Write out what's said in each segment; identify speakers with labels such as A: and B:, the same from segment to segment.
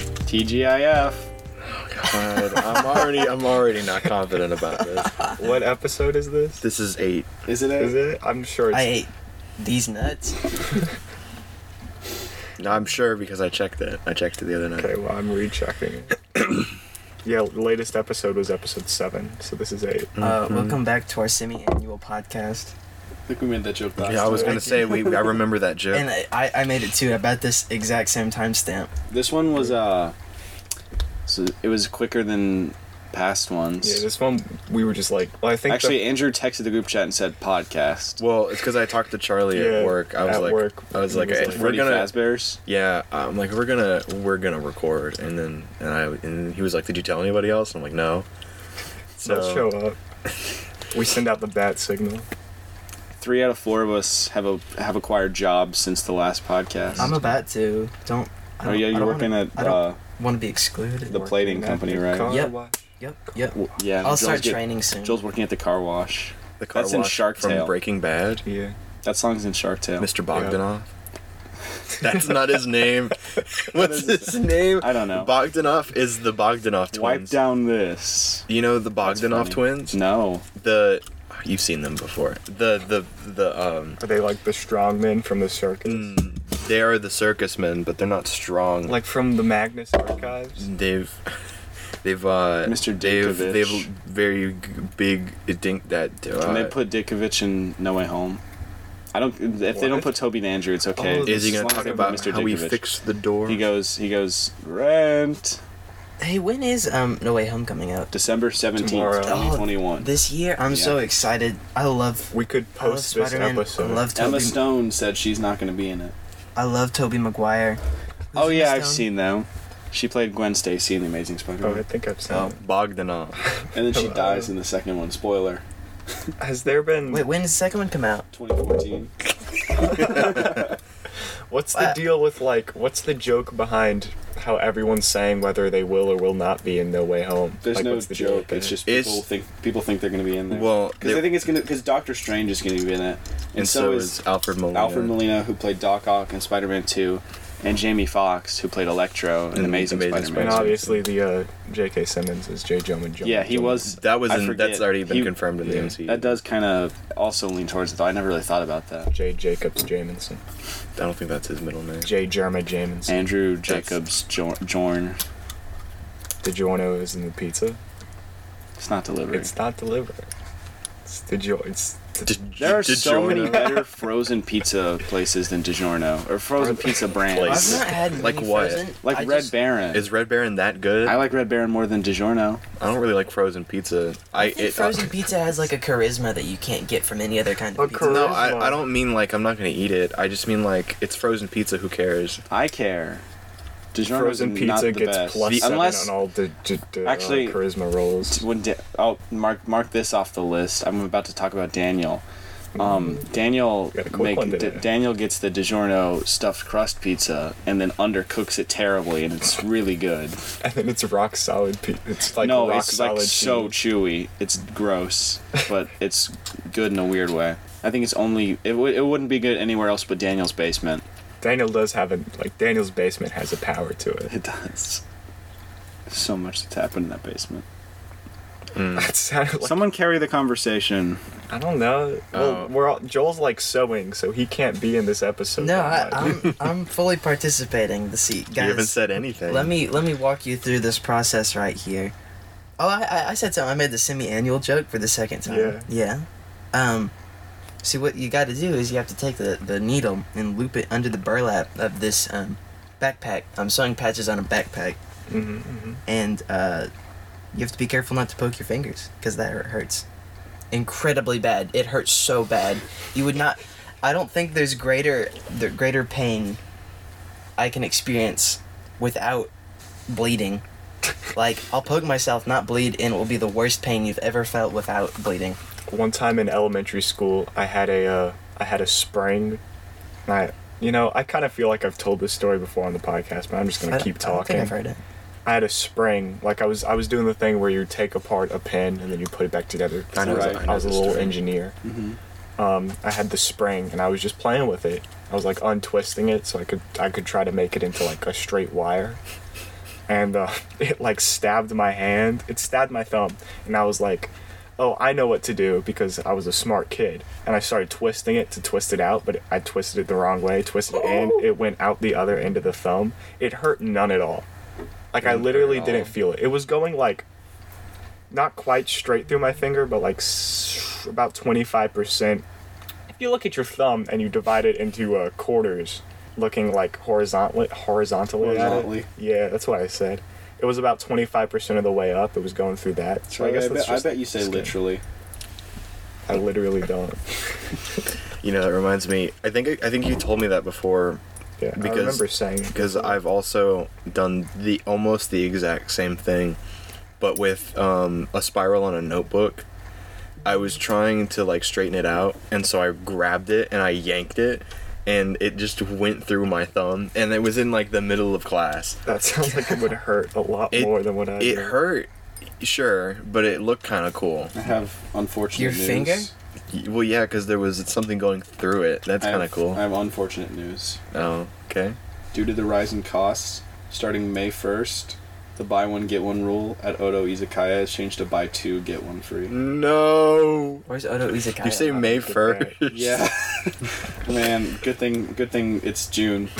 A: TGIF.
B: God, I'm already I'm already not confident about this.
C: What episode is this?
B: This is eight.
A: Is it?
C: Is it? I'm sure it's
D: I ate these nuts.
B: No, I'm sure because I checked it. I checked it the other night.
C: okay. Well, I'm rechecking it. yeah, the latest episode was episode seven, so this is eight.
A: Mm-hmm.
D: Uh, welcome back to our semi-annual podcast.
A: I think we made that joke last
B: Yeah, I was
A: time.
B: gonna say we. I remember that joke.
D: And I- I, I made it too about this exact same timestamp.
A: This one was uh, so it was quicker than past ones.
C: Yeah, this one we were just like. Well, I think the-
A: Actually, Andrew texted the group chat and said podcast.
B: well, it's because I talked to Charlie
C: Yeah,
B: at work. I was
C: at
B: like,
C: work.
B: I was like,
C: He was
B: if
C: like,
B: we're
A: Freddy
B: gonna,
A: Fazbear's.
B: yeah, I'm like, we're gonna, we're gonna record, and then, and I, and he was like, did you tell anybody else? I'm like, no.
C: they'll
B: So
C: show up. We send out the bat signal.
A: Three out of four of us have a have acquired jobs since the last podcast.
D: I'm about to. Don't. I
A: oh
D: don't
A: yeah,
D: I
A: you're
D: don't
A: working
D: wanna,
A: at
D: I don't
A: uh,
D: want to be excluded.
A: the plating
C: Back
A: company,
C: to
A: right?
C: car
D: Yep.
C: wash.
D: Yep. Yep.
A: W- Yeah.
D: I'll
A: Joel's
D: start
A: get-
D: training soon.
A: Joel's working at the car wash.
B: the car
A: That's in
B: wash
A: Shark
B: from
A: Tale.
B: Breaking Bad.
C: Yeah.
A: That song's in Shark Tale.
B: Mr. Bogdanov. That's not his name. What's
A: is it?
B: his name?
A: I don't know.
B: Bogdanov is the Bogdanov twins.
A: Wipe down this.
B: You know the
A: That's
B: Bogdanov
A: funny.
B: twins?
A: No.
B: The you've seen them before. The the the um
C: Are they like the strong men from the circus?
B: mm, they are the circus men, but they're not strong.
C: Like from the Magnus archives?
B: they've they've uh
A: Mr.
B: they've
A: Dinkovich.
B: they've very g- big I think that uh,
A: Can they put Dickovich in No Way Home? I don't. If they don't
C: What?
A: put Toby and Andrew, it's okay.
C: Oh,
B: is he
A: As
B: gonna
A: long as
B: talk
A: they put
B: about
A: Mr.
B: how we
A: Dinkovich.
B: fix the door?
A: He goes. He goes. Rent.
D: Hey, when is um No Way Home coming out?
A: December seventeenth,
C: Tomorrow.
A: twenty twenty one.
B: Oh,
D: This year, I'm so
A: Yeah.
D: excited. I love.
C: We could
D: I love
C: post this
D: Spider-Man. I
C: episode.
D: love
A: Emma
D: Toby.
A: Stone said she's not going to be in it.
D: I love Toby Maguire.
A: Oh
D: Emma
A: yeah, I've
D: Stone?
A: seen them. She played Gwen Stacy in The Amazing
C: oh, I
A: Spider-Man,
C: think I've seen
D: Oh.
C: it.
B: Bogdanov.
A: and then she
B: Oh.
C: Hello.
A: dies in the second one. Spoiler.
C: Has there been.
D: Wait, when does the second one come out?
A: 2014.
C: What's the
D: What?
C: deal with like? What's the joke behind how everyone's saying whether they will or will not be in No Way Home?
A: There's
C: like,
A: no
C: what's the
A: joke. It's
C: in
A: just
B: It's-
A: people think people think they're going to be in there.
B: Well,
A: because
B: they-
A: they think it's going to because Doctor Strange is going to be in it, and,
B: And so is Alfred Molina.
A: Alfred Molina, who played Doc Ock in Spider-Man 2, and Jamie Fox, who played Electro in
B: In
C: it?
B: Amazing
A: Amazing, Spider-Man.
C: And
B: Spider-Man.
C: obviously the uh, J.K. Simmons is J. Jonah Jones.
A: Yeah, he was.
B: That was
A: I
B: in,
A: forget.
B: that's already been
A: He-
B: confirmed in the MCU.
A: That does kind of also lean towards it. though. I never really thought about that.
C: J. Jacobs Jamison.
B: I don't think that's his middle name.
C: J. Jerma Jamison.
A: Andrew Jacobs Jor- Jorn.
C: The Giorno is in the pizza.
A: It's not delivery.
C: It's not delivery. It's the jo- It's the,
A: there are so many
B: DiGiorno.
A: better frozen pizza places than DiGiorno or frozen pizza brands.
B: Place.
D: I've not had
B: Like
D: many
B: what?
D: Frozen.
A: Like
D: I
A: Red
D: just-
A: Baron.
B: Is Red Baron that good?
A: I
B: I,
A: like Red Baron more than DiGiorno.
B: don't really like frozen pizza. I,
D: I think
B: it,
D: frozen
B: uh,
D: pizza has like a charisma that you can't get from any other kind
C: A
D: of pizza.
C: chari-
B: No,
C: Charisma.
B: I, I don't mean like I'm not gonna eat it. I just mean like it's frozen pizza. Who cares?
A: I care. DiGiorno's
C: frozen
A: not
C: pizza
A: the
C: gets
A: best.
C: plus seven
A: Unless
C: on all the, the, the
A: Actually-
C: uh, charisma rolls.
A: when da- oh mark mark this off the list. I'm about to talk about Daniel. Um, Daniel
C: Got a quick
A: make,
C: one
A: D-
C: today.
A: Daniel gets the DiGiorno stuffed crust pizza and then undercooks it terribly, and it's really good.
C: And then it's rock solid. Pe- it's like
A: no,
C: rock
A: it's
C: solid
A: like so
C: cheese.
A: chewy. It's gross, but it's good in a weird way. I think it's only it, w- it wouldn't be good anywhere else but Daniel's basement.
C: Daniel does have a like Daniel's basement has a power to it.
A: It does. So much that's happened in that basement.
C: That sounded like
A: Someone carry the conversation.
C: I don't know. Well,
B: Oh.
C: we're all, Joel's like sewing, so he can't be in this episode.
D: No, I,
C: that much.
D: I'm I'm fully participating. The seat, guys.
B: you haven't said anything.
D: Let me let me walk you through this process right here. Oh, I I, I said something. I made the semi-annual joke for the second time. Yeah. Yeah. Um, see what you got to do is you have to take the the needle and loop it under the burlap of this um backpack. I'm sewing patches on a backpack,
C: Mhm, mhm.
D: and uh, you have to be careful not to poke your fingers because that hurts incredibly bad. It hurts so bad. You would not. I don't think there's greater the greater pain I can experience without bleeding. Like I'll poke myself, not bleed, and it will be the worst pain you've ever felt without bleeding.
C: One time in elementary school, I had a uh, I had a spring. And I, you know, I kind of feel like I've told this story before on the podcast, but I'm just
D: I
C: gonna
D: don't-
C: keep
D: I don't
C: talking.
D: think I've heard it.
C: I had a spring. Like I was, I was doing the thing where you take apart a pin and then you put it back together.
B: I know-
C: was,
A: I
C: a-
B: know
C: was a
B: this Mm-hmm.
C: little
B: story.
C: engineer. Um, I had the spring and I was just playing with it. I was like untwisting it so I could, I could try to make it into like a straight wire. and uh, it like stabbed my hand. It stabbed my thumb, and I was like, "Oh, I know what to do," because I was a smart kid, and I started twisting it to twist it out, but I twisted it the wrong way. Twisted it in, it went out the other end of the thumb. It hurt none at all. Like I
B: Didn't hurt
C: literally
B: at all.
C: didn't feel it. It was going like not quite straight through my finger, but like s- about 25%. If you look at your thumb and you divide it into uh, quarters, looking like horizontally, horizontally, at it-
A: Horizontally.
C: yeah, that's what I said. It was about 25% of the way up. It was going through that. So I guess
A: I,
C: that's
A: bet, I
C: just
A: bet you say
C: skin.
A: literally.
C: I literally don't.
B: You know, it reminds me. I think I think you told me that before
C: Yeah,
B: Because-
C: I remember saying
B: because I've also done the almost the exact same thing, but with um, a spiral on a notebook. I was trying to like straighten it out, and so I grabbed it and I yanked it, and it just went through my thumb, and it was in like the middle of class.
C: that sounds like it would hurt a lot
B: It-
C: more than what I.
B: It
C: did.
B: hurt, sure, but it looked kind of cool.
A: I have unfortunate
D: Your
A: news.
D: finger?
B: Y- Well, yeah, because there was something going through it. That's
A: I
B: kind
A: have-
B: of cool.
A: I have unfortunate news.
B: oh, okay.
A: Due to the rise in costs, starting May 1st, the buy one get one rule at Odo Izakaya is changed to buy two get one free.
B: No.
D: Where's Odo Izakaya?
B: You say May
C: get
B: first.
C: that.
A: Yeah, man. Good thing. Good thing it's June.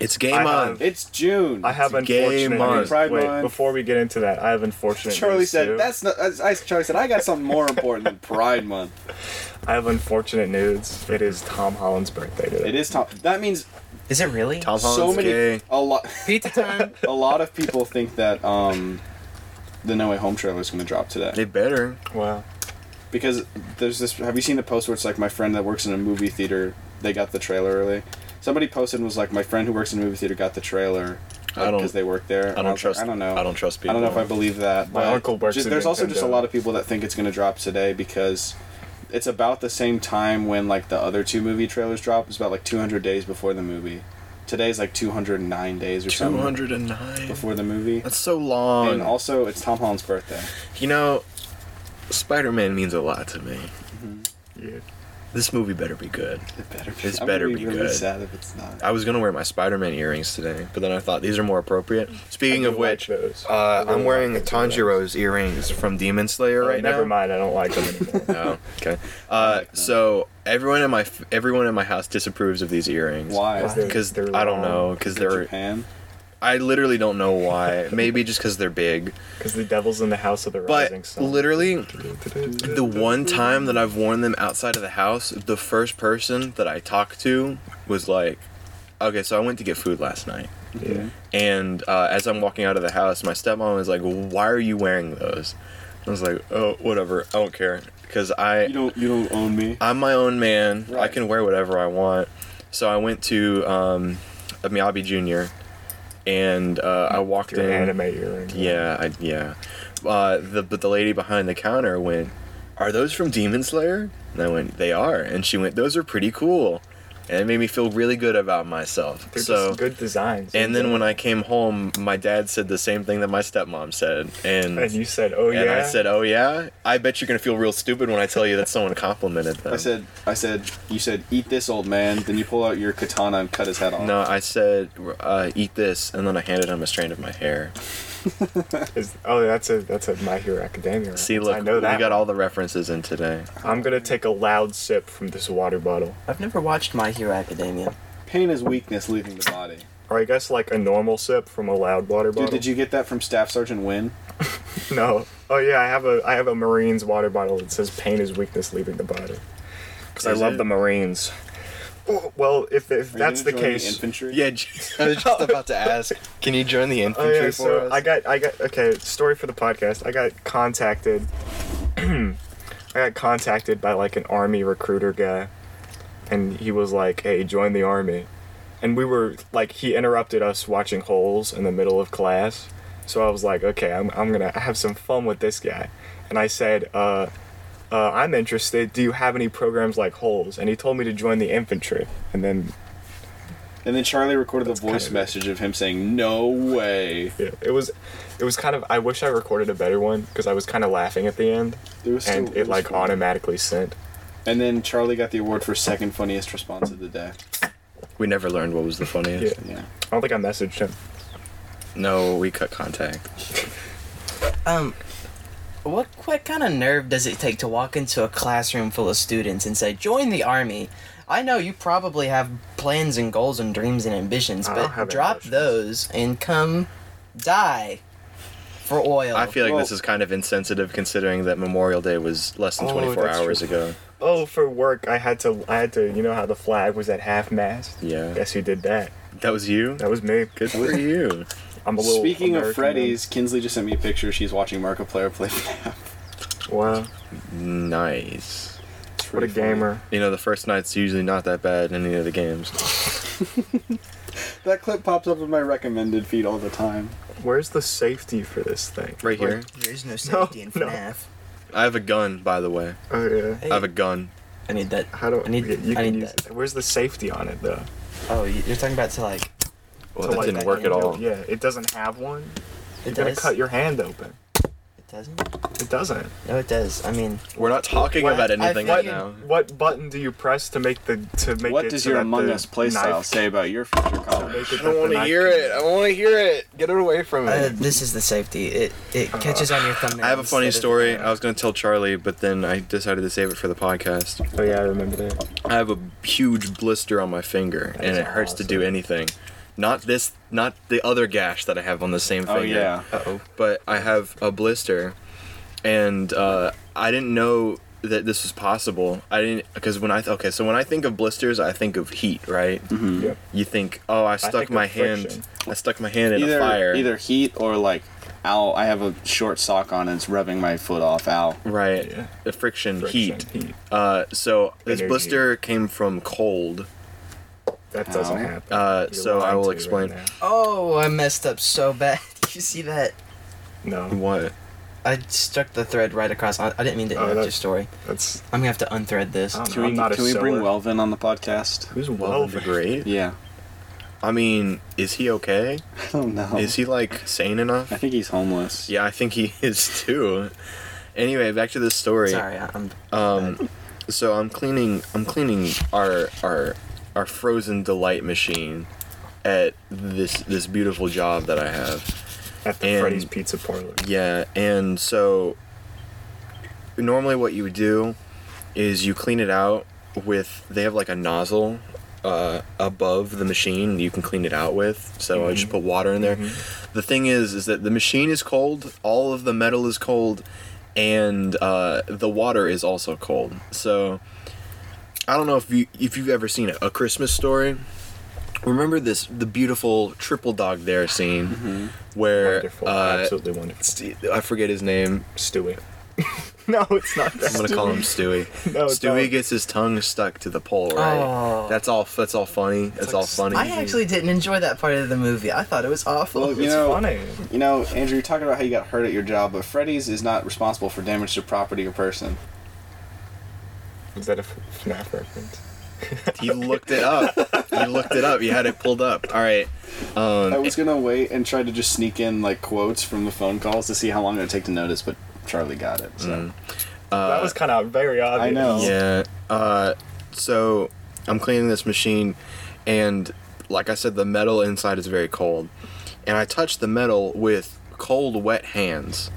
B: It's game
C: I
B: on.
C: have-
A: It's June.
C: I have
B: It's gay
C: unfortunate.
B: month.
A: Pride
C: Wait,
A: month.
C: before we get into that, I have unfortunate.
A: Charlie
C: news
A: said
C: too.
A: that's not. that's- I, Charlie said I got something more important than Pride Month.
C: I have unfortunate news. It is Tom Holland's birthday today.
A: It is Tom. That means
D: Is it really?
B: Tom Holland's
A: so many.
B: gay.
A: A lot.
D: Pizza time.
A: A lot of people think that um, the No Way Home trailer is going to drop today.
B: They better.
C: Wow.
A: because there's this have you seen the post where it's like my friend that works in a movie theater they got the trailer early somebody posted and was like my friend who works in a movie theater got the trailer
B: I don't-
A: because they work there And
B: I
A: was
B: don't
A: like,
B: trust.
A: i don't know
B: I don't trust people.
A: I don't know if I believe that.
C: My
A: but
C: uncle works
A: just-
C: in
A: There's also just a
C: Nintendo.
A: lot of people that think it's going to drop today because it's about the same time when like the other two movie trailers drop. It's about like 200 days before the movie. Today's like 209 days or
B: Two
A: something
B: hundred and nine.
A: before the movie.
B: That's so long.
A: And also, it's Tom Holland's birthday.
B: you know, Spider-Man means a lot to me.
C: Yeah.
B: This movie better be good.
A: It better be.
B: It's
A: I'm gonna
B: better be
A: really
B: good.
A: sad if it's not.
B: I was gonna wear my Spider-Man earrings today, but then I thought these are more appropriate. Speaking
C: I
B: of
C: do like
B: which,
C: those. I
B: uh,
C: really
B: I'm wearing
C: like those.
B: Tanjiro's earrings from Demon Slayer
C: Oh,
B: right now.
C: Never mind. I don't like them anymore.
B: Oh, okay. Uh, so everyone in my f- everyone in my house disapproves of these earrings.
A: Why?
D: Why?
B: Because
C: They're
B: I don't
C: long.
B: know. Because they're
A: Japan.
B: I literally don't know why. Maybe just because they're big.
C: Because the devil's in the house of the rising
B: But
C: sun.
B: literally, the one time that I've worn them outside of the house, the first person that I talked to was like, "Okay, so I went to get food last night."
C: yeah.
B: And uh, as I'm walking out of the house, my stepmom is like, "Why are you wearing those?" I was like, "Oh, whatever. I don't care." Because I
A: You don't. You don't own me.
B: I'm my own man. I
A: Right.
B: can wear whatever I want. So I went to um, a Miyabi Junior, and uh, I walked
C: Your
B: in.
C: anime earring.
B: Yeah, I, yeah. Uh, the but the lady behind the counter went, "Are those from Demon Slayer?" And I went, "They are." And she went, "Those are pretty cool," and it made me feel really good about myself.
C: They're
B: so.
C: just good designs.
B: And then when I came home, my dad said the same thing that my stepmom said, and
C: and you said, "Oh yeah,"
B: and I said, "Oh yeah, I bet you're gonna feel real stupid when I tell you that someone complimented them."
A: I said. I said. You said. Eat this, old man. Then you pull out your katana and cut his head off.
B: No, I said, uh, eat this, and then I handed him a strand of my hair.
C: Is- "Oh, that's a that's a My Hero Academia."
B: See,
C: reference.
B: look,
C: I know that.
B: we got all the references in today.
C: I'm gonna take a loud sip from this water bottle.
D: I've never watched My Hero Academia.
A: Pain is weakness leaving the body.
C: Or I guess like a normal sip from a loud water
A: Dude,
C: bottle.
A: did you get that from Staff Sergeant Wynn?
C: No. Oh yeah, I have a I have a Marines water bottle that says "Pain is weakness leaving the body." Because I
B: Is
C: love
B: it?
C: the Marines. Oh, Well, if, if
A: Are you
C: that's the
A: gonna join
C: case,
A: infantry.
B: Yeah, I was just about to ask, can you join the
C: Oh
B: infantry
C: yeah,
B: for
C: so
B: us?
C: I got I got okay, story for the podcast. I got contacted I got contacted by like an army recruiter guy and he was like, "Hey, join the army." And we were like he interrupted us watching holes in the middle of class. So I was like, "Okay, I'm I'm going to have some fun with this guy." And I said, uh, uh, I'm interested. Do you have any programs like Holes? And he told me to join the infantry. And then
A: And then Charlie recorded the voice
C: kinda-
A: message of him saying, "No way."
C: Yeah, it was, it was kind of. I wish I recorded a better one because I was kind of laughing at the end,
A: It was
C: and
A: still-
C: it
A: was
C: like
A: funny.
C: automatically sent.
A: And then Charlie got the award for second funniest response of the day.
B: we never learned what was the funniest.
C: Yeah.
A: Yeah.
C: I don't think I messaged him.
B: No, we cut contact.
D: Um, what what kind of nerve does it take to walk into a classroom full of students and say, "Join the army"? I know you probably have plans and goals and dreams and ambitions,
C: I don't
D: but
C: have
D: drop
C: ambitions.
D: those and come die for oil.
C: Oh,
B: I feel like this
A: Well-
B: is kind of insensitive considering that Memorial Day was less than
C: Oh,
B: 24
C: that's
B: hours
C: true.
B: ago.
C: Oh, for work, I had to. I had to. You know how the flag was at half mast.
B: Yeah.
C: Guess who did that?
B: That was you?
C: That was me.
B: Good for you.
C: I'm a little.
A: Speaking of
C: American
A: Freddy's, Kinsley just sent me a picture. She's watching Markiplier play FNAF.
C: man. Wow,
B: Nice.
A: It's
C: what
A: pretty
C: a
A: funny.
C: gamer!
B: You know, the first night's usually not that bad in any of the games.
A: That clip pops up in my recommended feed all the time.
C: Where's the safety for this thing?
B: Right
C: Like-
B: here.
D: there is no safety in
C: no.
D: FNAF.
B: I have a gun, by the way.
C: Oh yeah.
B: I have a gun.
D: I need that.
C: How do
D: I need-
C: yeah, you can
D: I need
C: use
D: that.
C: it. Where's the safety on it though?
D: Oh, you- you're talking about to like.
B: Well,
C: To,
B: that
C: like,
B: didn't work at
A: Oh.
B: all.
C: Yeah, it doesn't have one. You're
D: It
C: gonna
D: does.
C: cut your hand open.
D: It doesn't.
C: It doesn't.
D: No, it does. I mean,
B: We're not talking
C: What-
B: about
D: I
B: anything
D: think-
B: right now.
C: What button do you press to make the to make
A: what
C: it
A: does
C: so
A: your
C: that
A: Among
C: the
A: Us playstyle
C: knife-
A: say about your future college?
C: Make it
B: I
C: that
B: don't
C: the
B: want to
C: knife
B: hear
C: can-
B: it. I want to hear it. Get it away from me.
D: uh, this is the safety. It it catches on your thumbnail.
B: I have a funny
D: instead of-
B: story. I was going to tell Charlie, but then I decided to save it for the podcast.
C: Oh yeah, I remember that.
B: I have a huge blister on my finger, and
C: is
B: it hurts to do
C: awesome.
B: anything. Not this, not the other gash that I have on the same
A: Oh
B: finger.
A: yeah.
C: Uh oh.
B: But I have a blister, and uh, I didn't know that this was possible. I didn't because when I th- okay, so when I think of blisters, I think of heat, right?
C: Yep.
B: You think, oh, I stuck
C: think of
B: my hand,
C: friction.
B: I stuck my hand in
A: Either
B: a fire,
A: either heat or like, ow! I have a short sock on and it's rubbing my foot off. Ow!
B: right?
C: Yeah.
B: The friction, heat.
C: Friction, heat.
B: Uh, so this
C: Energy.
B: blister came from cold.
C: That doesn't
A: Ow.
C: happen.
B: Uh,
C: You're
B: so I
C: lying
B: will
C: to me right
B: explain.
D: Oh, I messed up so bad. Did you see that?
C: now. No,
B: what?
D: I struck the thread right across. I, I didn't mean to
C: Oh,
D: interrupt
C: that-
D: your story.
C: that's
D: I'm gonna have to unthread this.
C: Oh.
A: Can
C: I'm
A: we
C: not a
A: can we bring
C: sewer.
A: Welvin on the podcast?
C: who's
B: Well, the
C: Welvin.
B: great.
A: Yeah.
B: I mean, is he okay?
A: I don't know.
B: Is he like sane
A: I
B: enough?
A: think he's homeless.
B: Yeah, I think he is too. Anyway, back to this story.
D: Sorry, I- I'm.
B: Um, so I'm cleaning. I'm cleaning our our our frozen delight machine at this this beautiful job that I have.
C: At the
B: And-
C: Freddy's Pizza Parlor.
B: Yeah, and so normally what you would do is you clean it out with they have like a nozzle uh, above the machine you can clean it out with so i just put water in there the thing is is that the machine is cold all of the metal is cold and uh, the water is also cold so i don't know if you if you've ever seen a, a christmas story remember this the beautiful triple dog dare scene where
C: Wonderful.
B: uh,
C: Absolutely wonderful.
B: St- I forget his name.
C: Stewie. no, it's not that.
B: I'm gonna call him Stewie.
C: No,
B: Stewie
C: don't.
B: gets his tongue stuck to the pole, right?
D: Oh.
B: That's all. That's all funny. That's all funny.
D: I actually didn't enjoy that part of the movie. I thought it was awful.
A: Well, you
C: It's
A: know,
C: funny.
A: you know, Andrew, you're talking about how you got hurt at your job, but Freddy's is not responsible for damage to property or person.
C: Is that a F- FNAF reference?
B: he looked it up. he looked it up. He had it pulled up. All right.
A: I was gonna wait and try to just sneak in like quotes from the phone calls to see how long it would take to notice, but Charlie got it. So.
C: that was kind of very obvious.
A: I know.
B: Yeah. Uh, so I'm cleaning this machine, and like I said, the metal inside is very cold, and I touch the metal with cold, wet hands,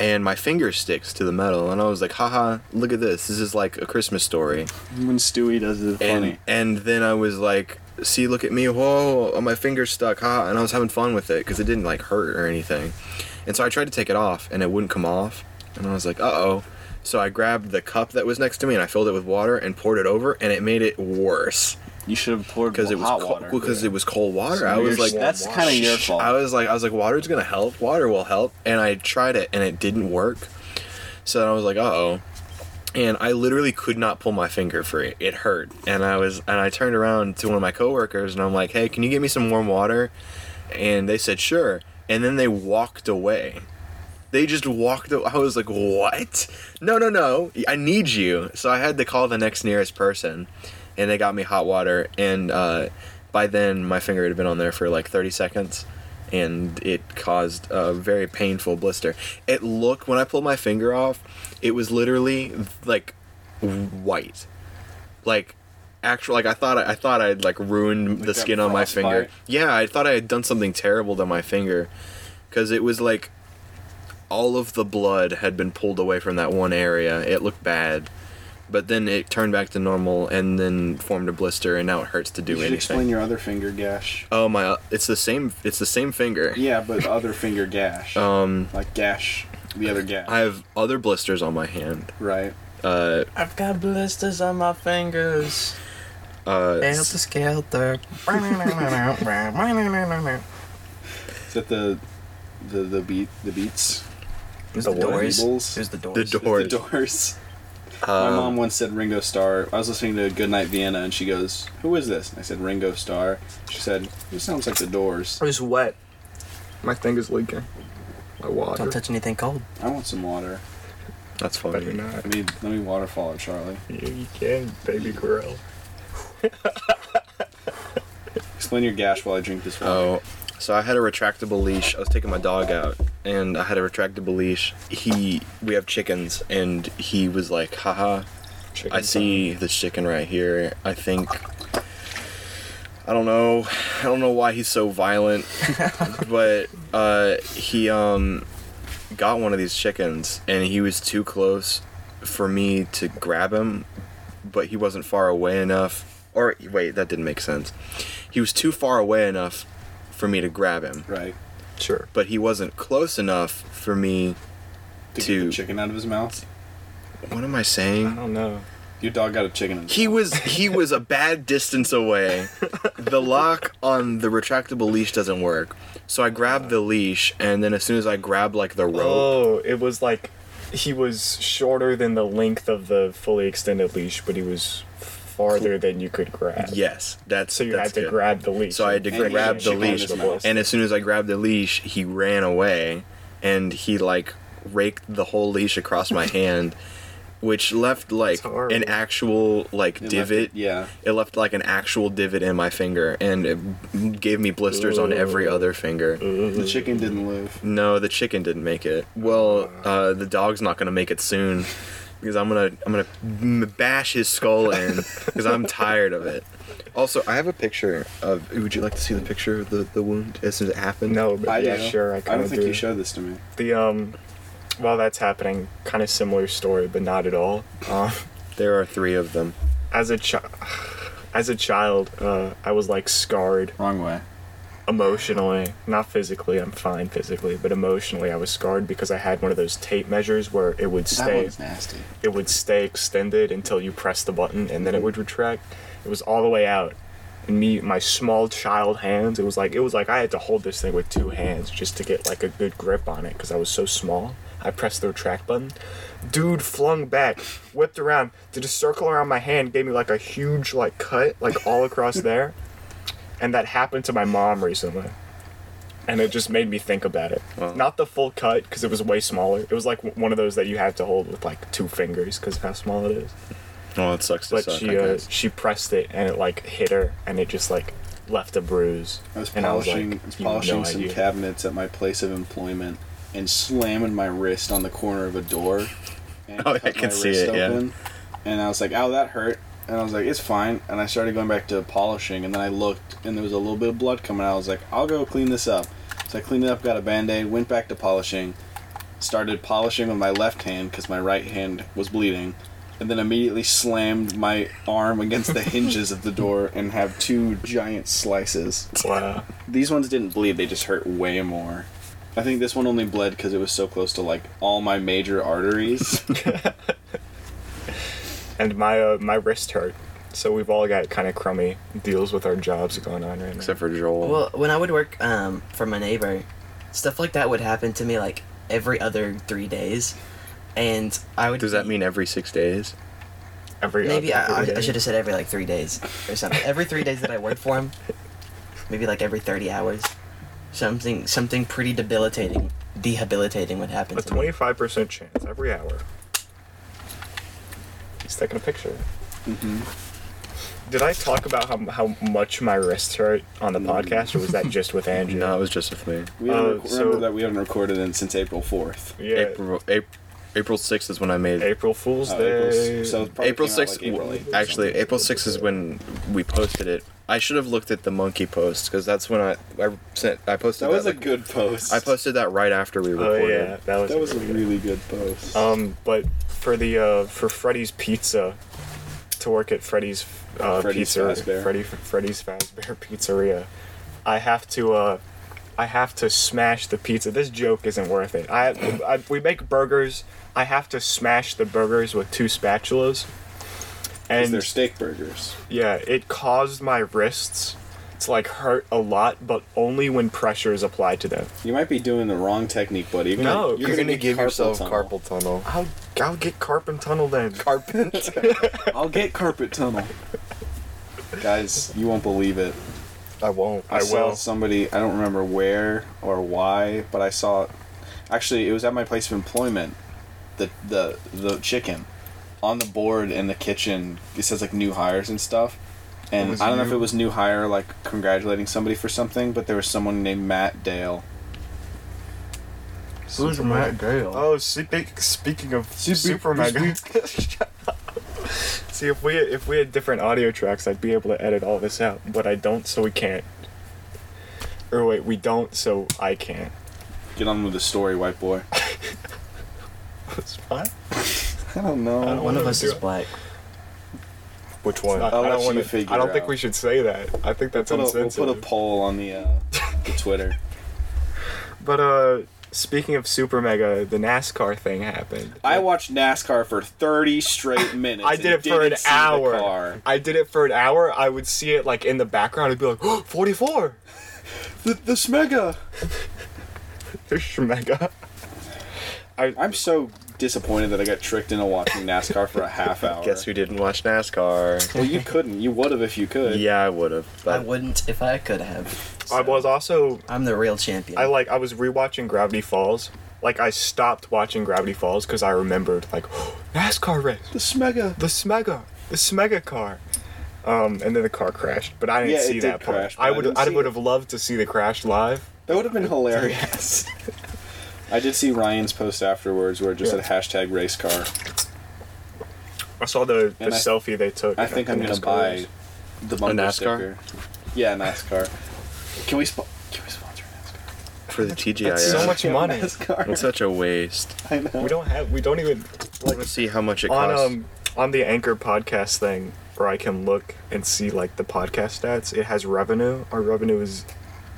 B: and my finger sticks to the metal, and I was like, haha, look at this. This is like a Christmas story.
C: Mm.
A: When Stewie does it, it's funny.
B: and and then I was like, "See, look at me! Whoa, oh, my finger's stuck!" Ha! And I was having fun with it because it didn't like hurt or anything. And so I tried to take it off, and it wouldn't come off. And I was like, "Uh oh!" So I grabbed the cup that was next to me and I filled it with water and poured it over, and it made it worse
A: you should have poured
B: because it was
A: hot
B: co-
A: water.
B: because it was cold water. I
A: You're
B: was
A: just-
B: like,
A: that's kind of your
B: Shh.
A: fault.
B: I was like, I was like, water's gonna help. Water will help. And I tried it, and it didn't work. So I was like, uh oh. And I literally could not pull my finger free. It hurt. And I was, and I turned around to one of my coworkers, and I'm like, hey, can you get me some warm water? And they said, sure. And then they walked away. They just walked. Away. I was like, "What? No, no, no! I need you." So I had to call the next nearest person, and they got me hot water. And uh, by then, my finger had been on there for like 30 seconds, and it caused a very painful blister. It looked when I pulled my finger off, it was literally like white, like actual like I thought I thought I had like ruined the
A: that
B: skin on my finger.
A: frostbite?
B: Yeah, I thought I had done something terrible to my finger cuz it was like all of the blood had been pulled away from that one area. It looked bad. But then it turned back to normal and then formed a blister and now it hurts to do
A: You should
B: anything.
A: explain your other finger gash.
B: oh my it's the same it's the same finger.
A: Yeah, but other finger gash.
B: Um
A: like gash, the other gash.
B: I have other blisters on my hand.
A: right.
B: Uh
D: I've got blisters on my fingers.
B: uh
D: Helter skelter.
A: Is that the the the beat the beats?
D: It was
C: The
D: the, doors.
A: Weebles?
D: It was the doors.
B: The
A: The Doors.
B: um,
A: My mom once said Ringo Starr. I was listening to Goodnight Vienna, and she goes, "Who is this?" And I said, "Ringo Starr." She said, "Who sounds like the Doors?"
C: It was wet. My finger's leaking. My water.
D: Don't touch anything cold.
A: I want some water.
B: that's
C: Better
B: funny.
C: not.
A: Let me let me waterfall it, Charlie.
C: You, you can, baby girl.
A: Explain your gash while I drink this water.
B: Oh, so I had a retractable leash. I was taking my dog out, and I had a retractable leash. He, we have chickens, and he was like, haha, I
C: uh,
B: see this chicken right here. I think. I don't know. I don't know why he's so violent, but uh, he um, got one of these chickens, and he was too close for me to grab him, but he wasn't far away enough. Or wait, that didn't make sense. He was too far away enough for me to grab him,
A: Right.
C: Sure.
B: but he wasn't close enough for me.
A: To get
B: Two.
A: the chicken out of his mouth.
B: What am I
C: I
B: saying?
C: don't know.
A: Your dog got a chicken. In his
B: He was he was a bad distance away. The lock on the retractable leash doesn't work. So I grabbed the leash and then as soon as I grabbed like the rope,
C: Oh, it was like he was shorter than the length of the fully extended leash, but he was farther than you could grab.
B: yes, that's
C: Oh. So you
B: that's
C: had to
B: good.
C: grab the leash.
B: So I had to
A: And he
B: grab
A: had
B: the
A: chicken in
B: leash
A: his mouth.
B: and as soon as I grabbed the leash, he ran away and he like raked the whole leash across my hand which left like
C: horrible.
B: an actual like
A: It left-
B: divot
A: yeah.
B: It left like an actual divot in my finger and it gave me blisters on every other finger.
A: The chicken didn't live.
B: No, the chicken didn't make it. Well, uh, the dog's not gonna make it soon because I'm gonna I'm gonna m- bash his skull in because I'm tired of it. Also, I have a picture of. Would you like to see the picture of the, the wound as soon as it happened?
C: no, but
A: I
C: yeah,
A: do.
C: sure. I,
A: I
C: kinda
A: don't think
C: do.
A: you showed this to me.
C: The um, while that's happening, kind of similar story, but not at all. Um,
B: There are three of them.
C: as a child, as a child, uh, I was like scarred
A: Wrong way.
C: emotionally, not physically. I'm fine physically, but emotionally, I was scarred because I had one of those tape measures where it would
A: That
C: stay,
A: one's nasty.
C: it would stay extended until you press the button, and then it would retract. It was all the way out, and me, my small child hands, it was like it was like I had to hold this thing with two hands just to get like a good grip on it because I was so small. I pressed the retract button. Dude flung back, whipped around, did a circle around my hand, gave me like a huge like cut, like all across there and that happened to my mom recently and it just made me think about it
B: Wow.
C: not the full cut because it was way smaller it was like w- one of those that you had to hold with like two fingers because how small it is
B: Oh, it sucks to
C: but
B: suck. I
C: she uh,
B: guess.
C: she pressed it and it like hit her and it just like left a bruise
A: I was
C: and
A: polishing, I was
C: "You have
A: polishing
C: no
A: some
C: idea."
A: cabinets at my place of employment and slamming my wrist on the corner of a door. And
B: Oh, I
A: cut my
B: can see
A: wrist
B: it, yeah.
A: And I was like, "Ow, that hurt." And I was like, "It's fine." And I started going back to polishing, and then I looked, and there was a little bit of blood coming out. I was like, "I'll go clean this up." So I cleaned it up, got a band-aid, went back to polishing, started polishing with my left hand because my right hand was bleeding, and then immediately slammed my arm against the hinges of the door and have two giant slices.
C: wow
A: These ones didn't bleed, they just hurt way more. I think this one only bled because it was so close to like all my major arteries.
C: and my uh, my wrist hurt so we've all got kind of crummy deals with our jobs going on right now
B: Except for Joel.
D: Well, when I would work um, for my neighbor, stuff like that would happen to me like every other three days, and I would.
B: Does that
D: be-
B: mean every six days?
C: every
D: Maybe
C: other
D: I, I,
C: day.
D: I should have said every like three days or something. every three days that I worked for him, maybe like every thirty hours, something something pretty debilitating, debilitating would happen.
C: a
D: to me.
C: 25% chance every hour. He's taking a picture.
A: Mm-hmm.
C: Did I talk about how, how much my wrists hurt on the podcast, or was that just with Andrew?
B: No, it was just with me.
A: we haven't
C: Uh,
A: rec-
C: so-
A: remember that we haven't recorded in since April fourth.
C: Yeah.
B: April, April, April 6th is when I made
C: April Fool's
A: Oh, April s-
C: Day.
A: so it probably
B: April
A: came out, like,
B: 6th,
A: April 8th or
B: actually,
A: something.
B: April 6th is when we posted it. I should have looked at the monkey post because that's when I I sent I posted
A: That
B: that.
A: was a
B: like-
A: good post.
B: I posted that right after we
C: oh
B: recorded.
C: yeah, that was
A: That was a
C: really good.
A: really good post.
C: Um, but for the uh, for Freddy's Pizza, to work at Freddy's uh,
A: Freddy's
C: Pizza,
A: Fazbear.
C: Freddy Freddy's Fazbear Pizzeria, I have to uh, I have to smash the pizza. This joke isn't worth it. I, I we make burgers. I have to smash the burgers with two spatulas.
A: Because
C: And
A: they're steak burgers.
C: yeah, it caused my wrists to like hurt a lot, but only when pressure is applied to them.
A: You might be doing the wrong technique, buddy. You're
C: No,
B: You're, gonna,
A: get
B: give yourself
A: tunnel.
B: carpal tunnel.
C: I'll, I'll get carp and tunnel then.
B: Carpet.
A: I'll get carpet tunnel. Guys, you won't believe it.
B: I won't.
A: I,
C: I
A: saw
C: will.
A: somebody, I don't remember where or why, but I saw actually it was at my place of employment. The the the chicken on the board in the kitchen. It says like new hires and stuff. And
C: Was
A: I don't know
C: you-
A: if it was new hire like congratulating somebody for something, but there was someone named Matt Dale.
D: Who's Matt Gale?
C: Oh, speak, speaking of
A: Speak-
C: Super Mega. See, if we if we had different audio tracks, I'd be able to edit all this out. But I don't, so we can't. Or wait, we don't, so I can't.
A: Get on with the story, white boy.
C: What?
A: I don't know.
C: I don't
D: One of us is
C: Yeah.
D: black.
B: Which one?
C: I,
A: I'll let
C: don't
A: you
C: want to.
A: figure
C: I don't think
A: out.
C: we should say that. I think that's
A: Put a- we'll
C: insensitive.
A: put a poll on the, uh, the Twitter.
C: but uh, speaking of Super Mega, the NASCAR thing happened.
A: I watched NASCAR for 30 straight minutes.
C: I
A: and
C: did it for
A: didn't
C: an
A: see the
C: hour.
A: car.
C: I did it for an hour. I would see it like in the background. I'd be like, oh, 44!
A: The, the Smega.
C: Super Mega. I,
A: I'm so disappointed that I got tricked into watching NASCAR for a half hour.
B: Guess who didn't watch NASCAR?
A: Well, you couldn't. You would have if you could.
B: yeah, I would have.
D: I
B: But
D: wouldn't if I could have.
C: I was also
D: I'm the real champion.
C: I like I was rewatching Gravity Falls. Like I stopped watching Gravity Falls because I remembered like NASCAR race,
A: The Smega.
C: the Smega, the Smega car. Um, and then the car crashed, but I didn't
A: Yeah, it
C: see
A: did
C: that part.
A: crash, but
C: I
A: I
C: would
A: didn't
C: I
A: see
C: would
A: it.
C: have loved to see the crash live.
A: That would have been hilarious. I did see Ryan's post afterwards where it just
C: Yeah.
A: said hashtag race car.
C: I saw the, the
A: And I-
C: selfie they took.
A: I
C: at
A: think
C: the
A: I'm going to
C: NASCAR
A: buy
C: race.
A: the bumper
B: NASCAR?
A: sticker. Yeah, NASCAR. Can we, sp- can we sponsor NASCAR?
B: for the TGIF,
C: That's so much
A: Yeah,
C: money.
A: NASCAR.
B: it's such a waste.
A: I know.
C: We don't have we don't even
B: I want to see how much it
C: on
B: costs.
C: um on the anchor podcast thing where I can look and see like the podcast stats. It has revenue. Our revenue is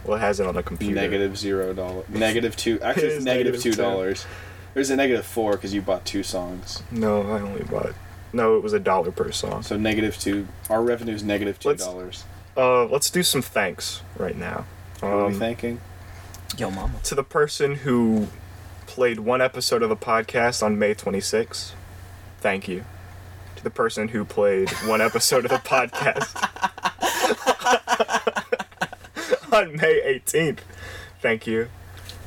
C: well, it has it on a computer.
A: Negative zero dollar. Negative two. Actually,
C: It
A: it's
C: is
A: negative
C: negative
A: two
C: two.
A: dollars. Or is it negative four because you bought two songs?
C: No, I only bought. No, it was a dollar per song.
A: So negative two. Our revenue is negative two
C: Let's-
A: dollars.
C: Uh, let's do some thanks right now.
A: What are we
C: Um,
A: thinking?
D: Yo, mama.
C: to the person who played one episode of the podcast on May 26th, thank you. To the person who played one episode of the podcast on May 18th, thank you.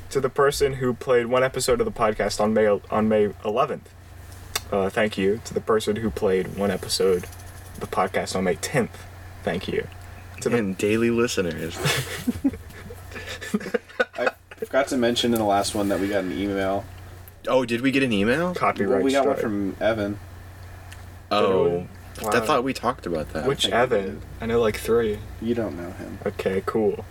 C: To the person who played one episode of the podcast on May on May 11th, uh, thank you. To the person who played one episode of the podcast on May 10th, thank you. To the
B: and daily listeners.
A: I forgot to mention in the last one that we got an email.
B: oh, did we get an email?
C: copyright
A: Well, we got one
C: strike.
A: from Evan.
B: Oh,
C: Wow.
B: I thought we talked about that.
C: Which
A: think I
C: Evan?
A: did.
C: I know like three.
A: You don't know him.
C: Okay, cool.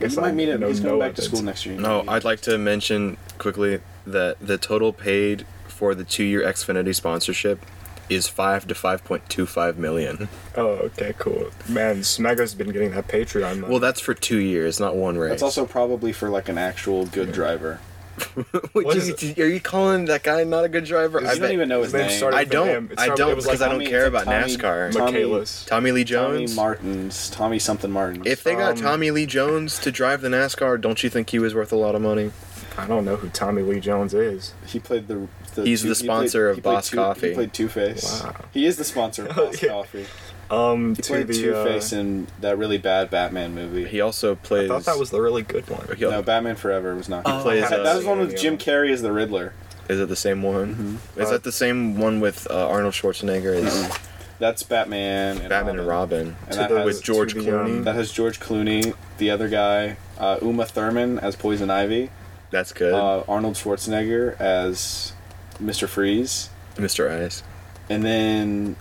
C: I
A: You might meet him.
C: know
A: He's going
C: no
A: back to
C: Evans.
A: school next year.
B: No, I'd like to mention quickly that the total paid for the two-year Xfinity sponsorship is five to five point two five million.
C: Oh, okay, cool. Man, Smega's been getting that Patreon money.
B: Well, that's for two years, not one race.
A: That's also probably for like an actual good driver.
B: Wait,
C: What
B: do
C: is
B: you- do- are you calling that guy not a good driver?
A: You
B: I,
A: don't
B: bet-
A: even know his,
C: his name
A: name.
C: started-
B: I
C: with him.
B: don't.
C: It's
B: I
C: not- it
B: don't
C: was
B: because
C: like
B: I
A: Tommy-
B: don't care about
A: Tommy-
B: NASCAR.
A: Tommy-
C: Michaelis.
B: Tommy Lee
A: Tommy
B: Jones.
A: Martins. Tommy something Martins.
B: if they got
C: Um,
B: Tommy Lee Jones to drive the NASCAR, don't you think he was worth a lot of money?
C: I don't know who Tommy Lee Jones is.
A: He played the. the
B: He's the
A: he
B: sponsor of
A: he played
B: Boss
A: Two-
B: Coffee.
A: He played Two Face.
C: Wow.
A: He is the sponsor of Boss
C: yeah.
A: Coffee.
C: Um,
A: He
C: to
A: played
C: the
A: Two Face
C: uh,
A: in that really bad Batman movie.
B: He also
C: I
B: plays.
C: thought that was the really good one.
B: he al-
A: no, Batman Forever was not.
D: Oh.
A: good.
B: plays,
A: that,
B: uh,
A: that was one with
C: Yeah.
A: Jim Carrey as the Riddler.
B: Is it the same one? Is
C: Uh,
B: that the same one with uh, Arnold Schwarzenegger as
A: That's Batman. And
B: Batman and Robin?
A: And that
C: To um,
A: has,
B: with George
C: to
B: Clooney.
A: that has George Clooney, the other guy, uh, Uma Thurman as Poison Ivy,
B: That's good.
A: uh, Arnold Schwarzenegger as Mr. Freeze,
B: Mr. Ice.
A: and then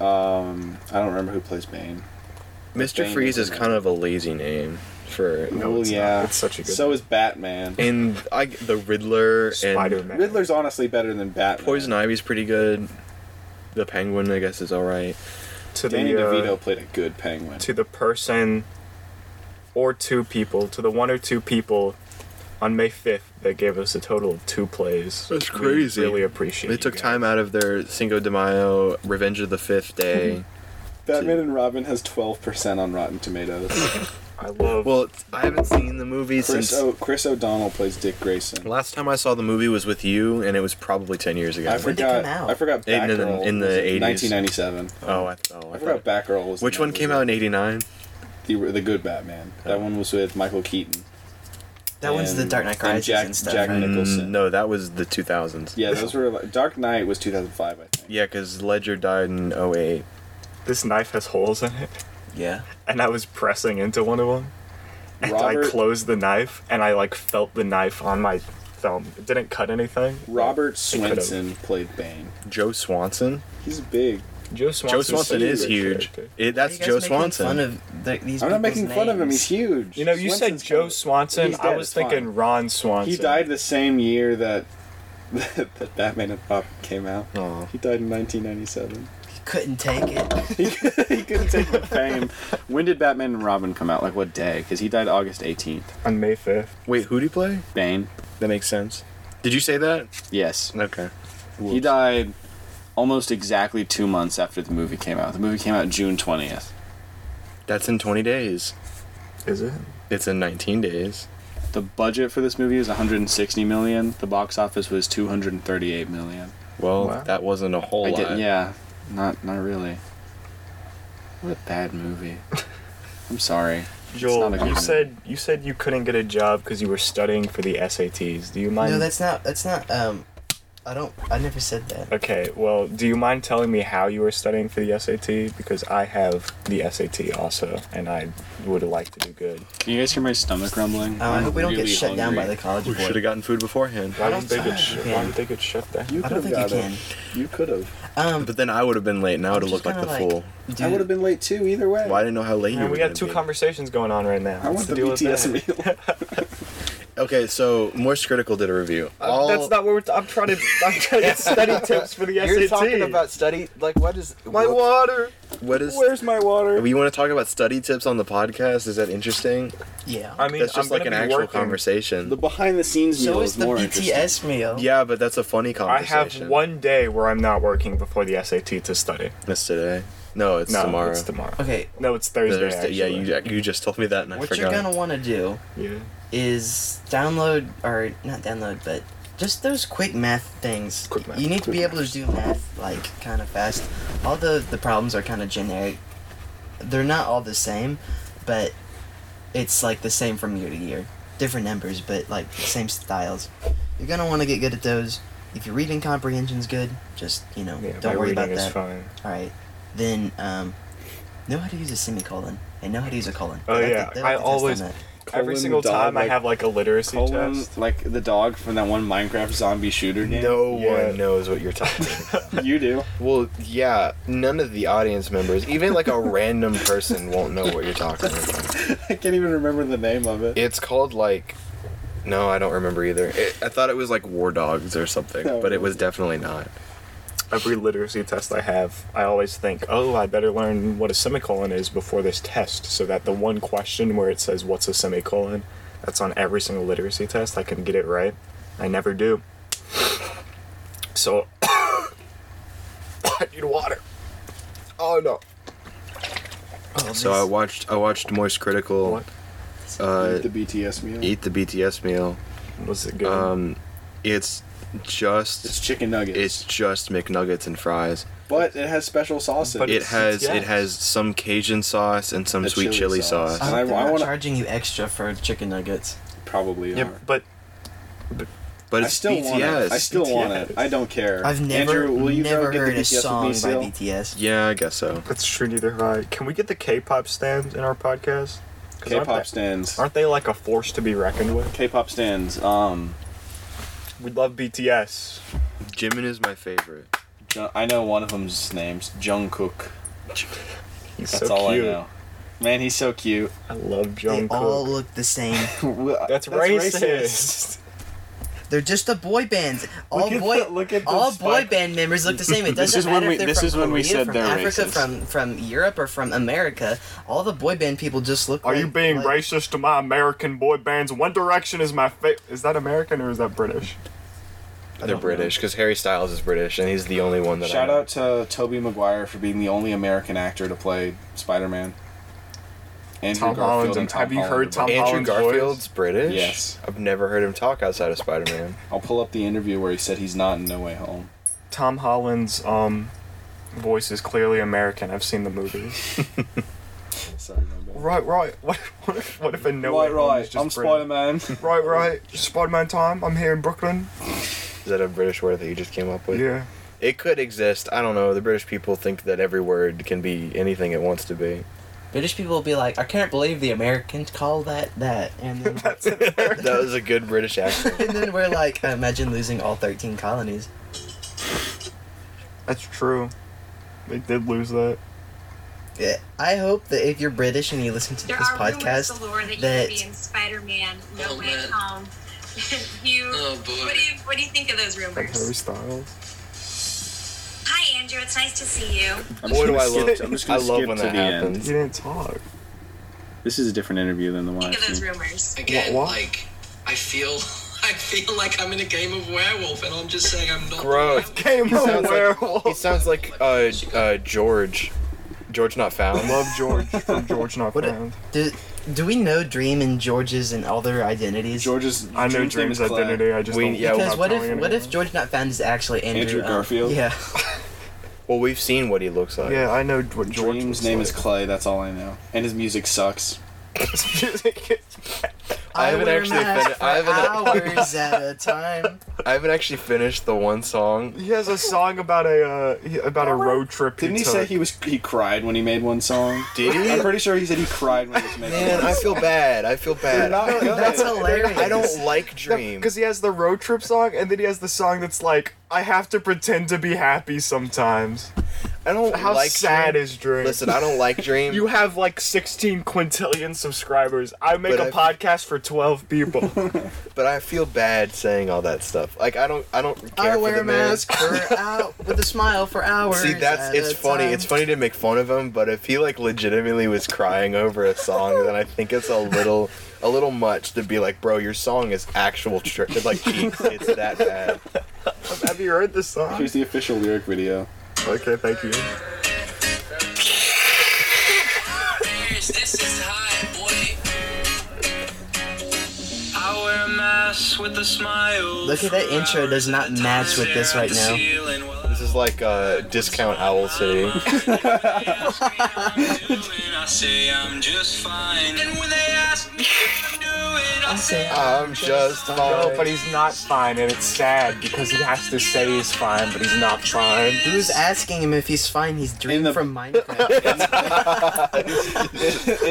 A: um, I don't remember who plays Bane.
B: Mr.
A: Bane
B: Freeze
A: is
B: is
A: in
B: kind of a lazy name for.
A: Well,
C: it's not.
A: yeah,
C: It's such a good.
A: So is Batman.
B: And I the Riddler
C: Spider
B: and
C: Man.
A: Riddler's honestly better than Batman.
B: Poison Ivy's pretty good. The Penguin, I guess, is all right.
C: to
A: Danny
C: the uh,
A: DeVito played a good Penguin.
C: to the person or two people to the one or two people on May fifth that gave us a total of two plays.
B: That's
C: We
B: crazy.
C: really appreciate.
B: They
C: you
B: took
C: guys.
B: time out of their Cinco de Mayo, Revenge of the Fifth Day.
A: Batman and Robin has twelve percent on Rotten Tomatoes.
C: I love.
B: well, it's- I haven't seen the movie
A: Chris,
B: since.
A: o- Chris O'Donnell plays Dick Grayson.
B: Last time I saw the movie was with you, and it was probably ten years ago.
A: I
D: When did it
A: forgot.
D: come out?
A: I forgot.
B: In the-
A: Batgirl
B: in the
A: was
B: 80s.
A: 1997.
B: oh, I, oh,
A: I forgot Batgirl was.
B: Which
A: the
B: one came Oh. out in '89?
A: The, the good Batman. That one was with Michael Keaton.
D: That one's the
A: And-
D: Dark
A: and
D: Knight Rises
A: Jack-
D: and stuff.
A: Jack-
D: right?
A: Nicholson.
B: Mm, No, that was the 2000s.
A: Yeah, those were like, Dark Knight was 2005, I think.
B: Yeah, because Ledger died in 08.
C: this knife has holes in it,
D: Yeah.
C: and I was pressing into one of them. And I
A: Robert
C: closed the knife, and I like felt the knife on my thumb. It didn't cut anything.
A: Robert
C: It could've-
A: Swenson played Bane.
B: Joe Swanson.
A: He's big.
C: Joe Swanson.
B: Joe Swanson is huge. It,
D: Are
B: that's
D: you guys
B: Joe
D: making
B: Swanson.
D: Fun of the, these
A: I'm not
D: people's
A: making fun of him.
D: names?
A: He's huge.
C: You know, you
A: Swenson's
C: said Joe
A: kind of-
C: Swanson.
A: He's
C: I
A: dead,
C: was
A: it's fine.
C: thinking Ron Swanson.
A: he died the same year that that, that Batman and Robin came out.
B: Aw.
A: He died in 1997.
D: He couldn't take it.
A: he couldn't take the fame. When did Batman and Robin come out? Like what day? Because he died August 18th.
C: on May fifth.
B: Wait, who do you play?
A: Bane.
B: That makes sense. Did you say that?
A: Yes.
B: Okay.
A: He died almost exactly two months after the movie came out. The movie came out June 20th.
B: That's in 20 days.
C: Is it?
B: It's in 19 days.
A: The budget for this movie is 160 million. The box office was 238 million.
B: Well,
C: Wow.
B: that wasn't a whole
A: I
B: lot.
A: didn't. Yeah, not not really. What a bad movie. I'm sorry.
C: Joel,
A: not a good
C: you
A: one.
C: said you said you couldn't get a job because you were studying for the SATs. Do you mind?
D: No, that's not. That's not. Um, I don't. I never said that.
C: okay. Well, do you mind telling me how you were studying for the SAT? Because I have the SAT also, and I would like to do good.
A: Can you guys hear my stomach rumbling?
D: Um, I hope we don't
A: really
D: get shut down by
A: hungry.
D: the college
B: We should have
D: board.
B: gotten food beforehand.
C: Why didn't they
D: don't
C: get?
D: think
C: Sh-
D: you
C: why
D: can.
C: did they get shut down?
A: You could
D: I don't
A: have
D: think you
A: got
D: can.
A: it. You could have.
D: Um,
B: But then I would have been late, and I would have
D: just
B: looked like the
D: kinda
B: fool.
A: I would have been late too. Either way.
B: Well, I didn't know how late you
C: Man,
B: were.
C: we
B: gonna
C: got two
B: be.
C: conversations going on right now.
A: I want
C: What's
A: the
C: deal with
A: BTS
B: E.
C: that?
A: meal.
B: Okay, so Morse Critical did a review. All,
C: That's not what we're. T- I'm trying to. I'm trying to get study tips for the SAT.
E: You're talking about study. Like, what is
C: my
E: what-
C: water.
B: What is?
A: Where's my water?
B: We want to talk about study tips on the podcast. Is that interesting?
D: yeah.
C: I mean,
B: that's just
C: I'm
B: like an
C: gonna be
B: actual
C: working.
B: conversation.
A: The behind the scenes meal
D: so
A: is,
D: is the
A: more interesting.
D: BTS meal.
B: yeah, but that's a funny
C: I
B: conversation.
C: have one day where I'm not working before the SAT to study.
B: That's today. No, it's
C: no,
B: tomorrow.
C: it's tomorrow.
D: Okay.
C: No, it's Thursday.
B: Thursday. Yeah,
C: actually.
B: you you just told me that, and I
D: What
B: forgot.
D: you're gonna want to do
C: Yeah.
D: is download or not download, but just those quick math things.
C: Quick math,
D: You need to
C: quick
D: be able to do math like kind of fast. All the the problems are kind of generic. They're not all the same, but it's like the same from year to year. Different numbers, but like the same styles. You're gonna want to get good at those. If your reading comprehension's good, just you know,
C: Yeah,
D: don't
C: my
D: worry
C: reading
D: about
C: is
D: that.
C: fine.
D: All right, then um, know how to use a semicolon and know how to use a colon.
C: Oh,
D: They like to-
C: yeah,
D: they like
C: I
D: to test on
C: always-
D: that.
C: Every
A: Colon
C: single
A: dog,
C: time
A: like-
C: I have like a literacy
A: Colon,
C: test.
A: like the dog from that one Minecraft zombie shooter game.
B: No
C: Yeah.
B: one knows what you're talking. about.
A: you do.
B: well, yeah, none of the audience members, even like a random person, won't know what you're talking about.
A: I can't even remember the name of it.
B: It's called like. No, I don't remember either. It, I thought it was like War Dogs or something,
A: No.
B: but it was definitely not.
C: Every literacy test I have, I always think, oh, I better learn what a semicolon is before this test, so that the one question where it says what's a semicolon, that's on every single literacy test. I can get it right. I never do. So I need water. Oh no.
B: So
D: Oh, this-
B: I watched I watched Moist Critical
C: What
B: uh,
A: Eat the BTS meal.
B: eat the BTS meal.
C: was it good?
B: Um, it's just
A: It's
B: it's,
A: chicken nuggets.
B: just McNuggets and fries.
A: but it has special sauces.
C: But
B: It
C: it's-
B: has
C: yeah.
B: it has some Cajun sauce and some
A: A
B: sweet
A: chili
B: chili
A: sauce.
B: sauce.
D: I
A: And I-
D: hope they're
A: I
D: not
A: wanna-
D: charging you extra for chicken nuggets.
A: probably
C: yeah,
A: are.
C: but
B: But
A: I
B: it's
A: still want
B: BTS.
A: it. I still want it.
C: BTS.
A: I don't care.
D: I've never,
A: Andrew, will you
D: never
A: go get
D: heard
A: the
D: a
A: BTS
D: song
A: with
D: by
A: me still?
D: BTS.
B: yeah, I guess so.
C: That's true. Neither have I. Can we get the K-pop stands in our podcast? 'Cause aren't
A: K-pop
C: they-
A: stands.
C: Aren't they like a force to be reckoned with?
A: K-pop stands. Um,
C: We love BTS.
B: Jimin is my favorite.
A: Jo- I know one of them's names Jungkook.
C: He's
A: That's
C: so
A: all
C: cute.
A: I know. Man, he's so cute.
C: I love
D: They
C: Jungkook.
D: all look the same.
C: That's, racist.
D: They're just a boy band. All
A: Look at
D: boy,
A: the- look at the
D: all boy
A: spike-
D: band members look the same. It doesn't
A: This is when
D: matter
A: we-
D: if they're
A: this
D: from
A: is when we
D: Korea,
A: said
D: from
A: they're
D: Africa,
A: racist.
D: from from Europe, or from America. All the boy band people just look.
C: Are
D: like,
C: you being
D: like,
C: racist to my American boy bands? One Direction is my fa Is that American or is that British?
B: They're British because Harry Styles is British and he's the only one that.
A: Shout
B: I
A: out to Toby Maguire for being the only American actor to play Spider Man. Andrew
C: Tom Holland's-
A: Garfield and Tom
C: have you
A: Holland
C: heard
A: are
C: Tom-
A: both-
B: Andrew
C: Holland's
B: Garfield's British.
A: Yes.
B: I've never heard him talk outside of Spider Man.
A: I'll pull up the interview where he said he's not in No Way Home.
C: Tom Holland's um, voice is clearly American. I've seen the movie.
A: Sorry, my bad.
C: Right, right. What, what, if, what if a no
A: right,
C: Way Home is
A: right.
C: just
A: I'm
C: British?
A: Spider
C: Right,
A: Man.
C: right. Spider-Man time. I'm here in Brooklyn.
B: Is that a British word that you just came up with?
C: Yeah.
B: It could exist. I don't know. The British people think that every word can be anything it wants to be.
D: British people will be like, I can't believe the Americans call that that, and then,
C: That's it.
B: that was a good British accent.
D: and then we're like, imagine losing all thirteen colonies.
C: That's true. They did lose that.
D: Yeah, I hope that if you're British and you listen to
F: There
D: this
F: are rumors
D: podcast,
F: galore that,
D: that-
F: you could be in Spider-Man: No
G: Oh,
F: Way
G: man.
F: Home. you,
G: Oh, boy.
F: what do you what do you think of those
C: Like Harry
F: rumors?
C: Styles.
F: Hi, Andrew. It's nice to see you.
A: I'm
B: Boy, do I
A: skip-
B: love
C: skip-
B: I
A: I'm just gonna
B: love
A: skip
B: when
A: to
B: that
A: the end.
B: happens.
C: He didn't talk.
A: This is a different interview than the one.
F: Think of
A: I've
F: those
A: seen.
F: rumors.
G: Again,
C: What- what?
G: like I feel, I feel like I'm in a game of werewolf, and I'm just saying I'm not.
B: Gross.
C: Came
B: He sounds
C: from
B: like,
C: werewolf.
B: he sounds like uh, uh, George. George not
C: I
B: found.
C: love George from George Not
D: What a-
C: Found.
D: do, do we know Dream and George's and all their identities?
A: George's.
C: I know
A: Dream's name is
C: Dream's
A: Claire.
C: identity. I just
B: We-
C: don't.
B: yeah,
C: oh, I'm
B: we're
D: because
C: not
D: what
C: telling
D: if what if
C: anyone.
D: George Not Found is actually Andrew,
A: Andrew
D: um,
A: Garfield?
D: yeah.
B: Well, we've seen what he looks like.
C: Yeah, I know what George.
A: Dream's
C: looks
A: name
C: like.
A: is Clay. That's all I know. And his music sucks.
B: I haven't
D: wear
B: actually fin-
D: masks
B: I
D: for
B: haven't-
D: hours at a time.
B: I haven't actually finished the one song.
C: He has a song about a uh, he- about a road trip.
A: Didn't he
C: took.
A: say he was he cried when he made one song?
B: Did he?
A: I'm pretty sure he said he cried when he was making.
B: Man,
A: one
B: I feel
A: song.
B: bad. I feel
A: They're
B: bad.
A: not good.
D: That's hilarious.
B: I don't like Dream.
C: Because he has the road trip song, and then he has the song that's like, "I have to pretend to be happy sometimes."
B: I don't
C: How
B: like
C: sad
B: Dream.
C: is Dream?
B: Listen, I don't like Dream.
C: You have like 16 quintillion subscribers. I make
B: But
C: a
B: I-
C: podcast for 12 people.
B: but I feel bad saying all that stuff. Like I don't, I don't care
D: I
B: for
D: wear
B: the
D: a mask
B: mask.
D: for out with a smile for hours.
B: See, that's
D: at
B: it's
D: a
B: funny.
D: time.
B: It's funny to make fun of him, but if he like legitimately was crying over a song, then I think it's a little, a little much to be like, bro, your song is actual tr- like cheeks. It's that bad.
C: have you heard this song?
A: Here's the official lyric video.
C: Okay, thank you.
G: Bears, This is high, boy. I wear a mask with a smile.
D: Look at that
G: for
D: intro does not
G: hours at a
D: match
G: time,
D: with this
G: stare
D: right
G: at the
D: now.
G: ceiling while
B: This is like uh, discount Owl City.
G: I say I'm just fine. And when they ask me if I'm doing, I say
B: I'm just fine.
C: No, but he's not fine, and it's sad because he has to say he's fine, but he's not fine.
D: Who's asking him if he's fine? He's Dream
A: In the-
D: from Minecraft.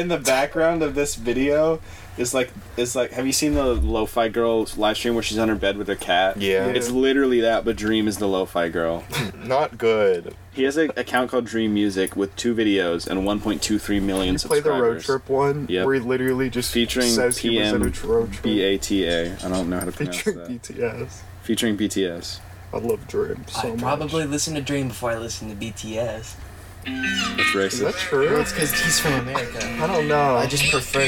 A: In the background of this video is like is like have you seen the lo-fi girl live stream where she's on her bed with her cat?
B: Yeah.
A: It's literally that, but Dream is the lo-fi girl.
B: not good.
A: He has an account called Dream Music with two videos and 1.23 million
C: Play
A: subscribers.
C: the road trip one,
A: Yep.
C: where he literally just
A: Featuring
C: says he was in
A: PM
C: a tr- road trip.
A: B A T A. I don't know how to pronounce
C: Featuring
A: that.
C: BTS.
A: Featuring BTS.
C: I love Dream so
D: I
C: much.
D: probably listen to Dream before I listen to BTS.
A: That's
C: Is
A: racist.
C: that true?
D: Well, it's because he's from America.
C: I don't know.
D: I just prefer.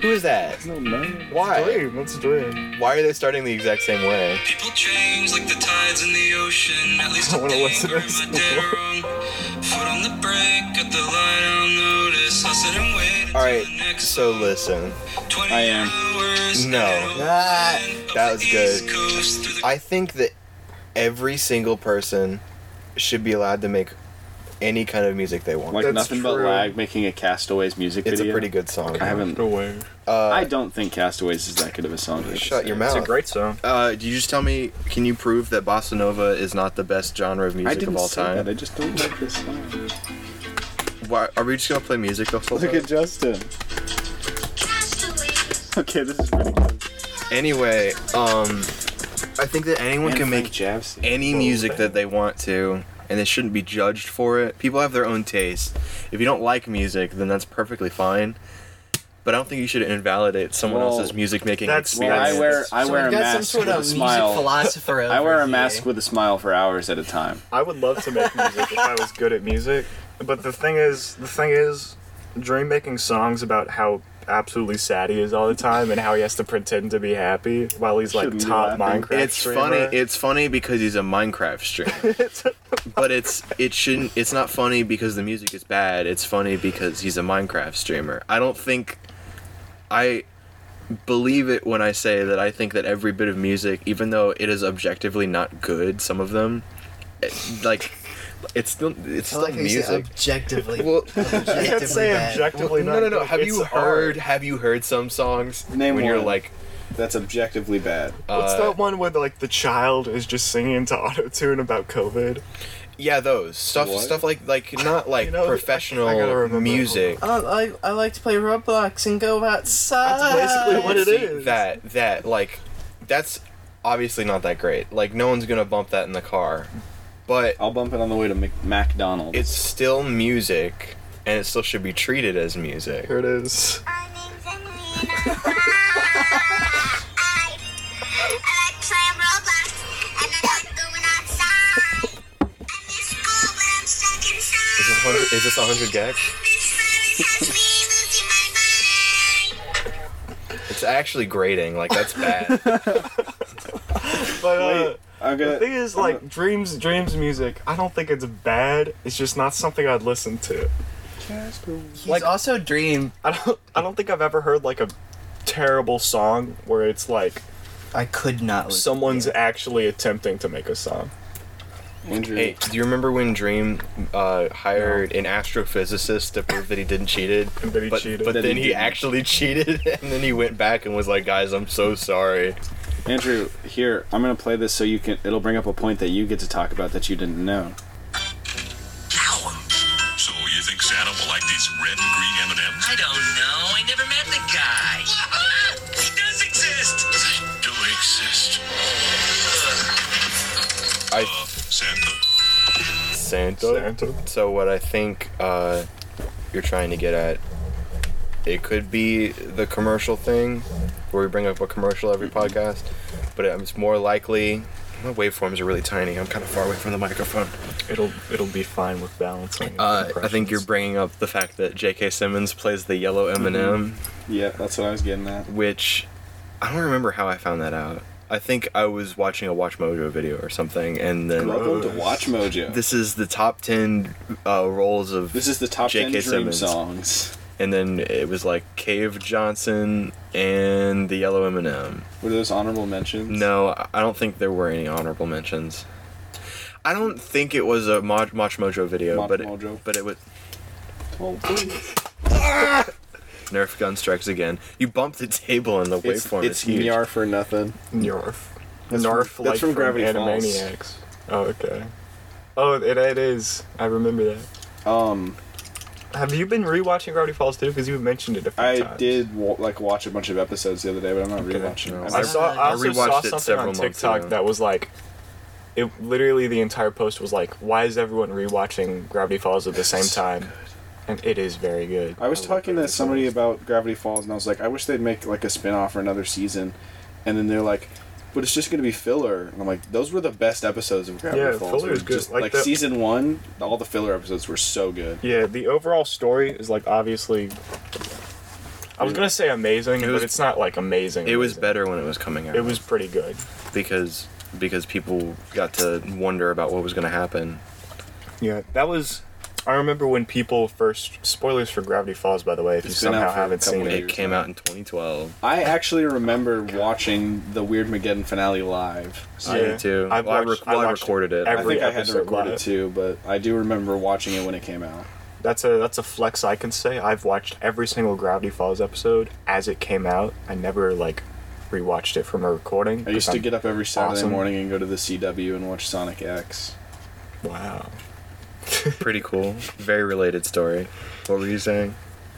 B: Who is that?
A: No, man.
B: Why?
C: Dream. That's Dream.
B: Why are they starting the exact same way?
G: People change like the tides in the ocean. At least
C: I
G: I
C: wanna
G: think
C: listen to
G: or
C: this
G: am I dead
C: more.
G: wrong? Foot on the brake, at the light, I'll notice. I sit and wait. until
B: All right.
G: the next
B: So listen,
G: 20
A: I am.
G: hours.
B: No.
D: Ah,
B: that was good.
G: Coast, through the
B: I think that every single person should be allowed to make any kind of music they want.
A: Like
C: That's
A: nothing but
C: true.
A: lag making a Castaways music
B: it's
A: video.
B: a pretty good song.
A: I haven't.
C: away.
A: I
B: Uh,
A: don't think Castaways is that good of a song. to
B: shut your
A: say.
B: mouth.
C: song.
B: Uh, do you just tell me? Can you prove that bossa nova is not the best genre of
A: I
B: music
A: didn't
B: of all
A: say
B: time?
A: that. I just don't like this song.
B: Why, are we just gonna play music the whole
A: Look
B: time?
A: at Justin. Okay, this is pretty good.
B: Anyway, um, I think that anyone
A: And
B: can
A: Frank
B: make
A: jabs.
B: any music that they want to, and they shouldn't be judged for it. People have their own taste. If you don't like music, then that's perfectly fine. But I don't think you should invalidate someone
A: Well,
B: else's music making
C: that's-
A: Well, I
B: experience.
A: wear I
D: So
A: wear a
D: we've got some
A: mask
D: sort
A: with a
D: of music
A: smile.
D: philosopher.
A: I wear
D: over
A: a
D: here.
A: mask with a smile for hours at a time.
C: I would love to make music if I was good at music, but the thing is, the thing is, Dream making songs about how absolutely sad he is all the time and how he has to pretend to be happy while he's like
A: Shouldn't be
C: top
A: laughing.
C: Minecraft.
B: It's
C: streamer.
B: funny. It's funny because he's a Minecraft streamer. but it's it shouldn't. It's not funny because the music is bad. It's funny because he's a Minecraft streamer. I don't think. I believe it when I say that I think that every bit of music, even though it is objectively not good, some of them, it- like, it's still it's
D: I
B: still
D: like how you say
B: music.
D: objectively.
B: Well,
D: objectively
C: I can't say
D: bad.
C: objectively.
B: no, no,
C: not
B: no.
C: good.
B: Have you
C: It's hard.
B: heard? Have you heard some songs
A: Name
B: when you're
A: one.
B: like,
A: That's objectively bad.
C: What's
B: uh,
C: that one where like the child is just singing to auto tune about COVID?
B: Yeah, those stuff,
A: What?
B: stuff like like not like
C: You know, I- I gotta
B: professional
C: remember.
B: music.
D: I, I, I like to play Roblox and go outside.
C: That's basically what it
B: See,
C: is.
B: That that like, that's obviously not that great. Like no one's gonna bump that in the car, but
A: I'll bump it on the way to Mc- McDonald's.
B: it's still music, and it still should be treated as music.
C: Here it is.
F: My name's Emily and I'm five. I, I like playing Roblox and I like going outside. I miss school but I'm stuck
B: Is this 100,
F: inside.
B: is this 100 gag?
F: This virus has me losing my mind.
B: It's actually grating. Like that's bad.
C: But uh,
A: Wait, I'm gonna.
C: the thing is,
A: I'm
C: like dreams, dreams music. I don't think it's bad. It's just not something I'd listen to.
D: He's also Dream.
C: I don't. I don't think I've ever heard like a terrible song where it's like
D: I could not. listen.
C: someone's actually attempting to make a song.
A: gonna- Andrew,
B: hey, do you remember when Dream uh, hired an astrophysicist to prove that he didn't cheated?
C: And then he
B: but,
C: cheated.
B: But
A: Then
B: then,
A: he
B: he,
A: didn't.
B: actually cheated, and then he went back and was like, "Guys, I'm so sorry."
A: Andrew, here I'm gonna play this so you can. It'll bring up a point that you get to talk about that you didn't know.
H: So you think Santa will like these red and green M&Ms?
G: I don't know. I never met the guy. he does exist.
H: Do exist. Uh,
B: I
H: Santa?
A: Oh.
B: Santa.
C: Santa.
B: So what I think uh, you're trying to get at, it could be the commercial thing, where we bring up a commercial every podcast, but it's more likely. My waveforms are really tiny. I'm kind of far away from the microphone.
C: It'll it'll be fine with balancing.
B: Uh, I think you're bringing up the fact that J.K. Simmons plays the yellow M&M,
A: Yeah, that's what I was getting at.
B: which I don't remember how I found that out. I think I was watching a Watch Mojo video or something, and then
A: Welcome to Watch Mojo. This,
B: this is the top ten uh, roles of
A: is the top
B: J.K.
A: ten dream
B: Simmons.
A: songs.
B: and then it was like Cave Johnson and the Yellow M&M.
A: Were those honorable mentions?
B: No, I- I don't think there were any honorable mentions. I don't think it was a Mo- Watch Mojo video,
A: Watch
B: but
A: Mojo.
B: It, but it was
A: Oh, please.
B: Nerf gun strikes again. You bumped the table and the
A: It's,
B: waveform
A: it's
B: is huge.
A: Nyar for nothing.
C: North.
A: That's from-
C: North,
A: that's
C: like
A: from Gravity Falls.
C: Animaniacs. Oh, okay. Oh, it, it is. I remember that.
A: Um,
C: Have you been rewatching Gravity Falls too? Because you mentioned it a few
A: I
C: times.
A: did wa- like watch a bunch of episodes the other day, but I'm not
C: Okay.
A: rewatching.
B: No,
A: them.
C: I saw. I
D: I
C: also
B: rewatched
C: saw
B: it
C: something
B: several
C: on
B: months ago.
C: TikTok that was like, it literally the entire post was like, "Why is everyone rewatching Gravity Falls at the same time?" And it is very good.
A: I was
C: love
A: talking to
C: Gravity
A: somebody
C: Falls.
A: about Gravity Falls, and I was like, I wish they'd make like a spin off or another season. And then they're like, but it's just going to be filler. And I'm like, those were the best episodes of Gravity
C: Yeah,
A: Falls.
C: filler
A: were
C: is good.
A: Just, like
C: Like the-
A: season one, all the filler episodes were so good.
C: Yeah, the overall story is like obviously. I was gonna say amazing,
B: It was-
C: but it's not like amazing.
B: It was
C: amazing.
B: better when it was coming out.
C: It was pretty good.
B: because because people got to wonder about what was going to happen.
C: Yeah, that was. I remember when people first spoilers for Gravity Falls. By the way, if
A: It's
C: you
A: been out
C: somehow
A: for a
C: haven't
A: couple
C: seen
A: years.
C: it,
B: It came out in 2012.
A: I actually remember watching the Weird Mageddon finale live.
B: I
C: Yeah.
B: did too.
C: I've
B: Well, I
C: watched-
B: rec- well,
C: I
B: I
C: watched
B: recorded it.
A: I
C: every-
A: think I had to
C: episode
A: record it
C: live.
A: too, but I do remember watching it when it came out.
C: that's a that's a flex I can say. I've watched every single Gravity Falls episode as it came out. I never like rewatched it from a recording.
A: I used to get up every Saturday
C: awesome.
A: morning and go to the CW and watch Sonic X.
C: Wow,
B: Pretty cool. Very related story. What were you saying?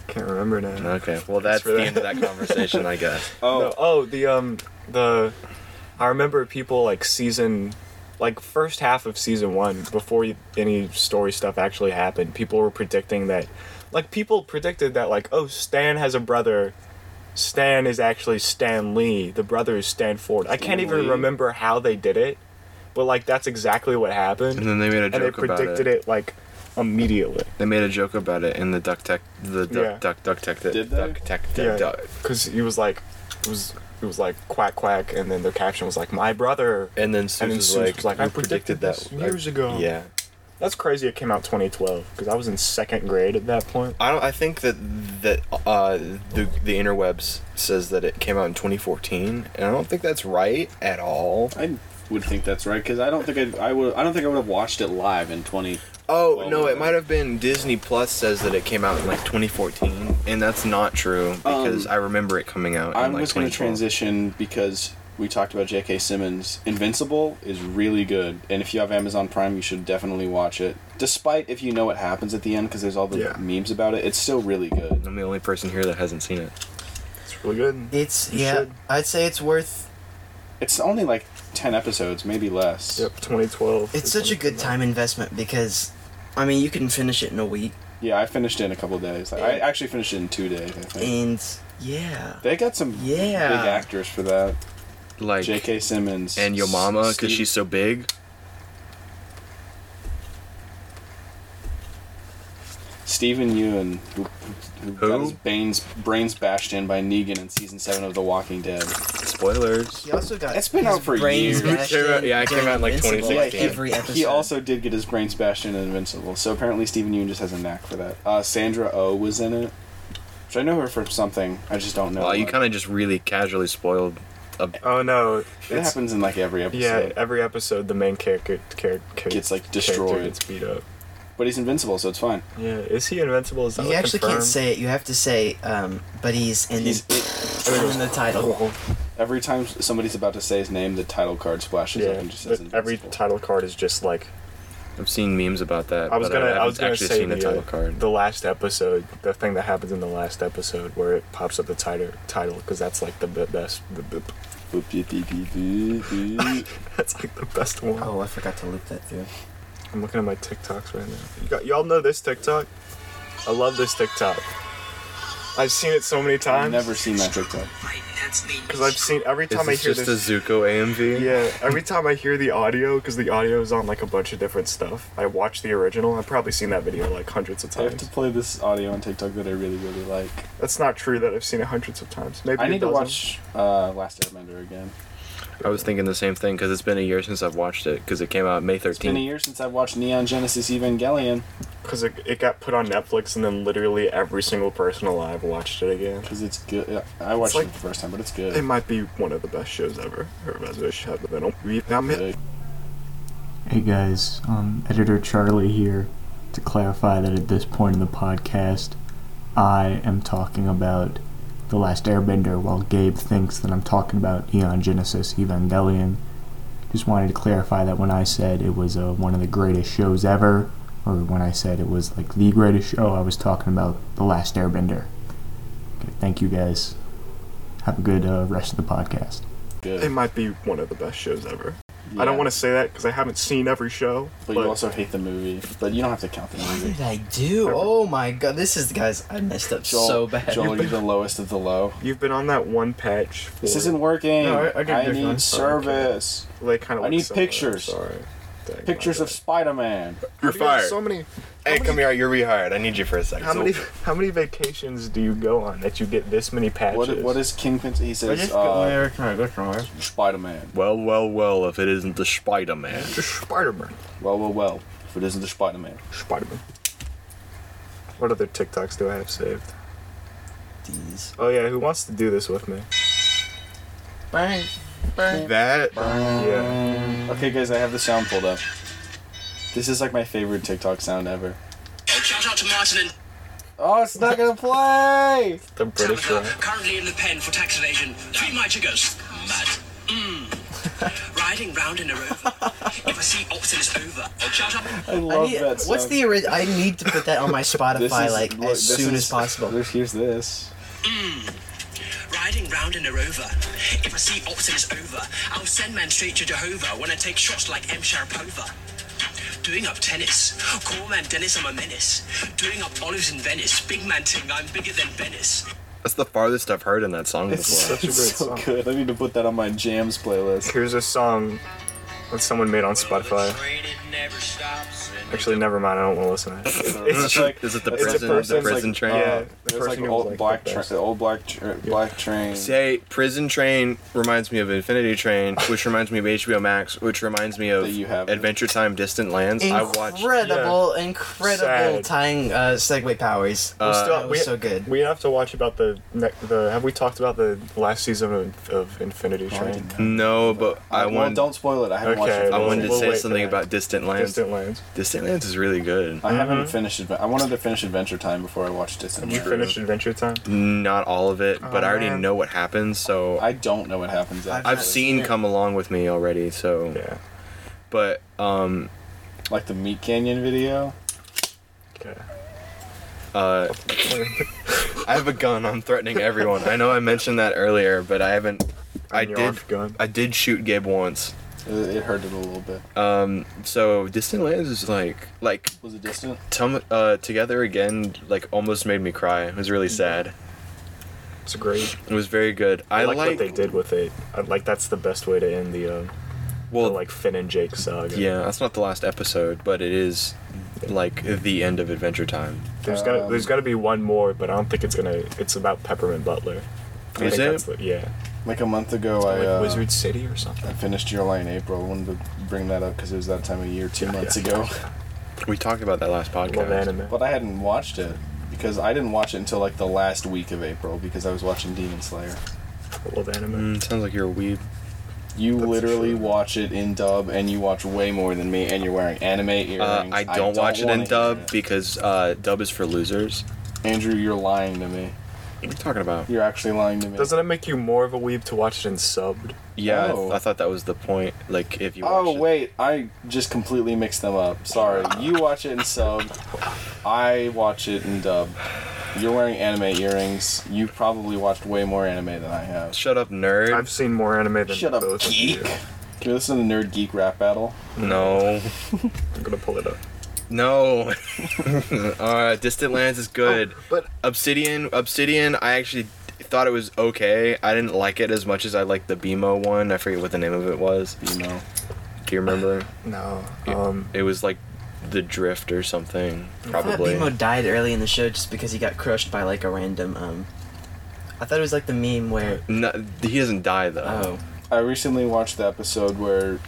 C: can't remember now.
B: Okay. Well, that's
C: for
B: the
C: that.
B: end of that conversation, I guess.
A: Oh,
C: No, oh, the um the. I remember people like season, like first half of season one, before y- any story stuff actually happened, people were predicting that, like people predicted that like, oh, Stan has a brother. Stan is actually Stan Lee. The brother is Stan Ford. I can't even
A: Lee.
C: remember how they did it, but like that's exactly what happened.
B: And then they made a
C: and they
B: joke about it.
C: predicted it like immediately.
B: They made a joke about it in the duck tech, the duck
C: Yeah.
B: duck duck tech
A: Did they?
B: duck tech
C: Yeah.
B: duck.
C: because he was like, it was it was like quack quack, and then their caption was like, "My brother."
B: And then Seuss
C: And then
B: was
C: Seuss
B: like,
C: was like,
B: "You
C: "I predicted this
B: I-
C: years ago."
B: Yeah,
C: That's crazy. It came out 2012 because I was in second grade at that point.
B: I don't. I think that that uh, the the interwebs says that it came out in 2014, and I don't think that's right at all.
A: I would think that's right because I don't think I'd, I would. I don't think I would have watched it live in twenty.
B: Oh
A: Well,
B: no,
A: well,
B: it might have been Disney Plus says that it came out in like 2014, and that's not true because I remember it coming out.
A: Um, I'm
B: in like
A: just going
B: 2012.
A: to transition because we talked about J.K. Simmons. Invincible is really good, and if you have Amazon Prime, you should definitely watch it. Despite if you know what happens at the end because there's all the
C: Yeah.
A: memes about it, it's still really good.
B: I'm the only person here that hasn't seen it.
C: It's really good.
D: It's
C: You
D: yeah.
C: should.
D: I'd say it's worth.
A: It's only like ten episodes, maybe less.
C: Yep, 2012.
D: It's such a good time investment because, I mean, you can finish it in a week,
A: Yeah, I finished it in a couple of days. I actually finished it in two days. I think.
D: and yeah,
A: They got some
D: Yeah.
A: big actors for that.
B: Like
A: J.K. Simmons
B: and your mama because
A: Steve-
B: she's so big.
A: Stephen Ewan, who, who,
B: Who?
A: got his brains, brains bashed in by Negan in season seven of The Walking Dead.
B: Spoilers.
D: he also got.
A: It's been
D: his
A: out for
D: brains
A: years.
D: bashed
B: It came out-
D: in
B: yeah, it came
D: during
B: out in, like,
D: Invincible,
B: 2016.
D: Oh, like, every episode.
A: He also did get his brains bashed in in Invincible, so apparently Stephen Ewan just has a knack for that. Uh, Sandra O oh was in it, which I know her from something. I just don't know.
B: Wow, you
A: what.
B: kind of just really casually spoiled. A,
C: Oh no,
A: It
C: it's
A: happens in like every episode.
C: yeah. Every episode, the main character character
A: Gets, like,
C: character
A: destroyed.
C: gets beat up.
A: But he's invincible, so it's fine.
C: Yeah, is he invincible? Is that
D: You
C: like,
D: actually
C: confirmed?
D: can't say it. You have to say, um, but he's in,
A: He's
D: the, in the title.
A: every time somebody's about to say his name, the title card splashes up
C: Yeah,
A: and just says
C: but every
A: invincible.
C: title card is just like
B: I've seen memes about that.
C: I was
B: but
C: gonna. I,
B: haven't
C: was gonna
B: actually
C: say
B: seen
C: the,
B: the title
C: uh,
B: card.
C: the last episode, the thing that happens in the last episode where it pops up the title, title, because that's like the be- best. The, the, that's like the best one.
D: Oh, I forgot to loop that through.
C: I'm looking at my TikToks right now. You got, y'all know this TikTok? I love this TikTok. I've seen it so many
A: I've
C: times.
A: never seen that TikTok.
C: Because I've seen every
B: Is
C: time I
B: this
C: hear
B: just
C: this.
B: a Zuko AMV?
C: yeah, every time I hear the audio, because the audio is on like a bunch of different stuff. I watch the original. I've probably seen that video like hundreds of
A: I have to
C: times.
A: play this audio on TikTok that I really, really like.
C: That's not true that I've seen it hundreds of times. Maybe
A: I
C: a
A: need to
C: dozen.
A: watch uh, Last Airbender again.
B: I was thinking the same thing because it's been a year since I've watched it because it came out May 13th.
A: It's been a year since I've watched Neon Genesis Evangelion
C: Because it, it got put on Netflix, and then literally every single person alive watched it again.
A: because it's good. yeah, I watched
C: like-
A: it the first time, but it's
C: It
A: good.
C: might be one of the best shows ever. Or as a show, but I don't read that much.
A: Good.
I: Hey guys, um, editor Charlie here to clarify that at this point in the podcast, I am talking about The Last Airbender while Gabe thinks that I'm talking about Eon Genesis Evangelion. Just wanted to clarify that when I said it was uh, one of the greatest shows ever, or when I said it was like the greatest show, I was talking about The Last Airbender. Okay, thank you guys. Have a good uh, rest of the podcast.
A: good.
C: It might be one of the best shows ever. I
A: Yeah.
C: don't want to say that because I haven't seen every show.
A: But, you also hate the movie. But you don't have to count the
D: What
A: movie.
D: did I do? Oh my god, this is guys. I messed up
A: Joel,
D: so bad.
A: Joel, you're the lowest of the low.
C: you've been on that one patch. For,
A: This isn't working.
C: No, I- I
A: I,
C: did different.
A: need
C: Okay.
A: service.
C: They kind of.
A: I need pictures.
C: Sorry. Dang, my
A: Pictures of
C: bad.
A: Spider-Man.
B: You're
C: You got
B: fired.
C: So many. how
B: hey, come
C: many-
B: here. You're rehired. I need you for a second.
C: How
B: So-
C: many? How many vacations do you go on that you get this many patches?
A: What, what is Kingpin's? He says uh, Spider-Man.
B: Well, well, well. If it isn't the Spider Man.
C: Spider-Man?
A: Well, well, well. If it isn't the Spider-Man.
C: Spider-Man. What other TikToks do I have saved?
D: These.
C: Oh yeah, who wants to do this with me?
B: That
C: Yeah.
A: Okay, guys, I have the sound pulled up. This is like my favorite TikTok sound ever.
G: Shout out to Martin and
A: Oh, it's not gonna play.
C: The British
G: Tabitha,
C: one.
G: currently in the pen for tax evasion. Three mighty ghosts. Mad. Mm. Riding round in a rover. If I see Optimus over, I'll shout out.
A: I
D: I
A: love
D: need,
A: that. Sound.
D: what's the original? I need to put that on my Spotify like
A: look,
D: as
A: this
D: soon
A: is-
D: as possible.
A: Here's this.
G: riding round in a rover. If I see Optin is over, I'll send men straight to Jehovah when I take shots like M. Sharapova. Doing up tennis, call man Dennis, I'm a menace. Doing up olives in Venice, big man ting, I'm bigger than Venice.
B: That's the farthest I've heard in that song before.
C: Such a great
A: It's so
C: song.
A: good. I need to put that on my jams playlist.
C: Here's a song that someone made on Spotify. Actually, never mind. I don't want to listen to it.
A: It's like
B: Is it the
A: it's a
B: prison- the
A: person's,
B: prison train?
A: Yeah,
C: Yeah, the
A: it's like
C: person who
A: old
C: was, like,
A: black
C: the
A: train.
C: best.
A: Old black tra- black train.
B: Say, Prison Train reminds me of Infinity Train, which reminds me of HBO Max, which reminds me of
A: That you have it.
B: Adventure Time Distant Lands. I watched.
D: Incredible, incredible
C: Sad.
D: tying uh, segue powers.
B: Uh,
D: That was so good.
C: We have to watch about the ne- the. Have we talked about the last season of, of Infinity Train?
B: No, but I
A: well,
B: wanted.
A: don't spoil it. I haven't watched
C: Okay,
A: it.
B: I
C: we'll-
B: wanted to
C: we'll wait
B: say
C: for
B: something
C: that.
B: about Distant Lands.
C: Distant Lands.
B: Distant Lands is really good.
A: I haven't finished. Adve- I wanted to finish Adventure Time before I watched it.
C: You finished Adventure Time.
B: Not all of it, but I already
C: man.
B: know what happens, so
A: I don't know what happens. After
B: I've
A: this.
B: seen Come Along with Me already. So,
C: Yeah.
B: but um,
A: like the Meat Canyon video.
C: Okay.
B: uh, I have a gun. I'm threatening everyone. I know I mentioned that earlier, but I haven't. I
C: your
B: did.
C: off gun.
B: I did shoot Gabe once.
A: It, uh, it hurted a little bit.
B: Um, so Distant Lands is like like
A: Was it distant?
B: tum- uh, together again. Like almost made me cry. It was really sad.
C: It's great.
B: It was very good. Mm-hmm. I,
C: I like,
B: like,
C: what they did with it. I, like that's the best way to end the, um,
B: well,
C: the like Finn and Jake saga.
B: yeah. That's not the last episode, but it is like the end of Adventure Time.
C: There's gotta there's gotta be one more, but I don't think it's gonna. It's about Peppermint Butler. I
B: Is
C: think
B: it?
C: that's the- yeah.
A: Like a month ago, I
C: like
A: uh,
C: Wizard City or something.
A: I finished Your Lie in April. I wanted to bring that up because it was that time of year two months
C: yeah.
A: ago.
B: We talked about that last
C: I love
B: podcast.
C: anime.
A: But I hadn't watched it because I didn't watch it until like the last week of April because I was watching Demon Slayer.
C: I love anime.
B: Mm, sounds like you're a weeb.
A: You
C: That's
A: literally
C: true.
A: watch it in dub and you watch way more than me and you're wearing anime earrings.
B: Uh, I, don't watch it
A: wanna
B: in
A: hear
B: dub
A: it.
B: because uh, dub is for losers.
A: Andrew, you're lying to me.
B: What are you talking about?
A: You're actually lying to me.
C: Doesn't it make you more of a weeb to watch it in subbed?
B: Yeah, I th-
A: Oh.
B: I, thought that was the point. Like, if you
A: Oh
B: watched it-
A: wait, I just completely mixed them up. Sorry. You watch it in sub. I watch it in dub. You're wearing anime earrings. You probably watched way more anime than I have.
B: shut up, nerd.
C: I've seen more anime than
A: Shut up,
C: both of you.
A: geek. Can we listen to Nerd Geek Rap Battle?
B: No,
C: I'm gonna pull it up.
B: no. uh, Distant Lands
A: Oh,
B: is good.
C: But
B: Obsidian, Obsidian. I actually thought it was okay. I didn't like it as much as I liked the BMO one. I forget what the name of it was.
A: You know.
B: Do you remember?
C: no,
B: It-
C: um,
B: it was like the Drift or something,
D: I thought
B: probably.
D: Bimo died early in the show just because he got crushed by like a random. um... I thought it was like the meme where
B: No, he doesn't die though.
D: oh
A: I recently watched the episode where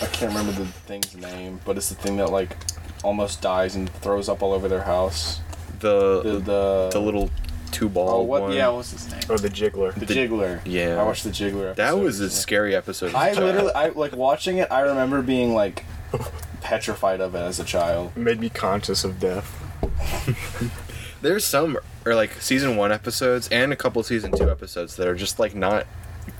A: I can't remember the thing's name, but it's the thing that like almost dies and throws up all over their house.
B: The
A: The
B: the,
A: the,
B: little two ball
A: oh, what
B: one.
A: yeah, what's his name?
C: or the Jiggler.
A: The,
B: the-
A: Jiggler.
B: yeah.
A: I watched the Jiggler.
B: That
A: episode
B: was a
A: recently.
B: scary episode.
A: I literally, I like watching it. I remember being like petrified of it as a child.
C: Made me conscious of death.
B: There's some or like season one episodes and a couple season two episodes that are just like not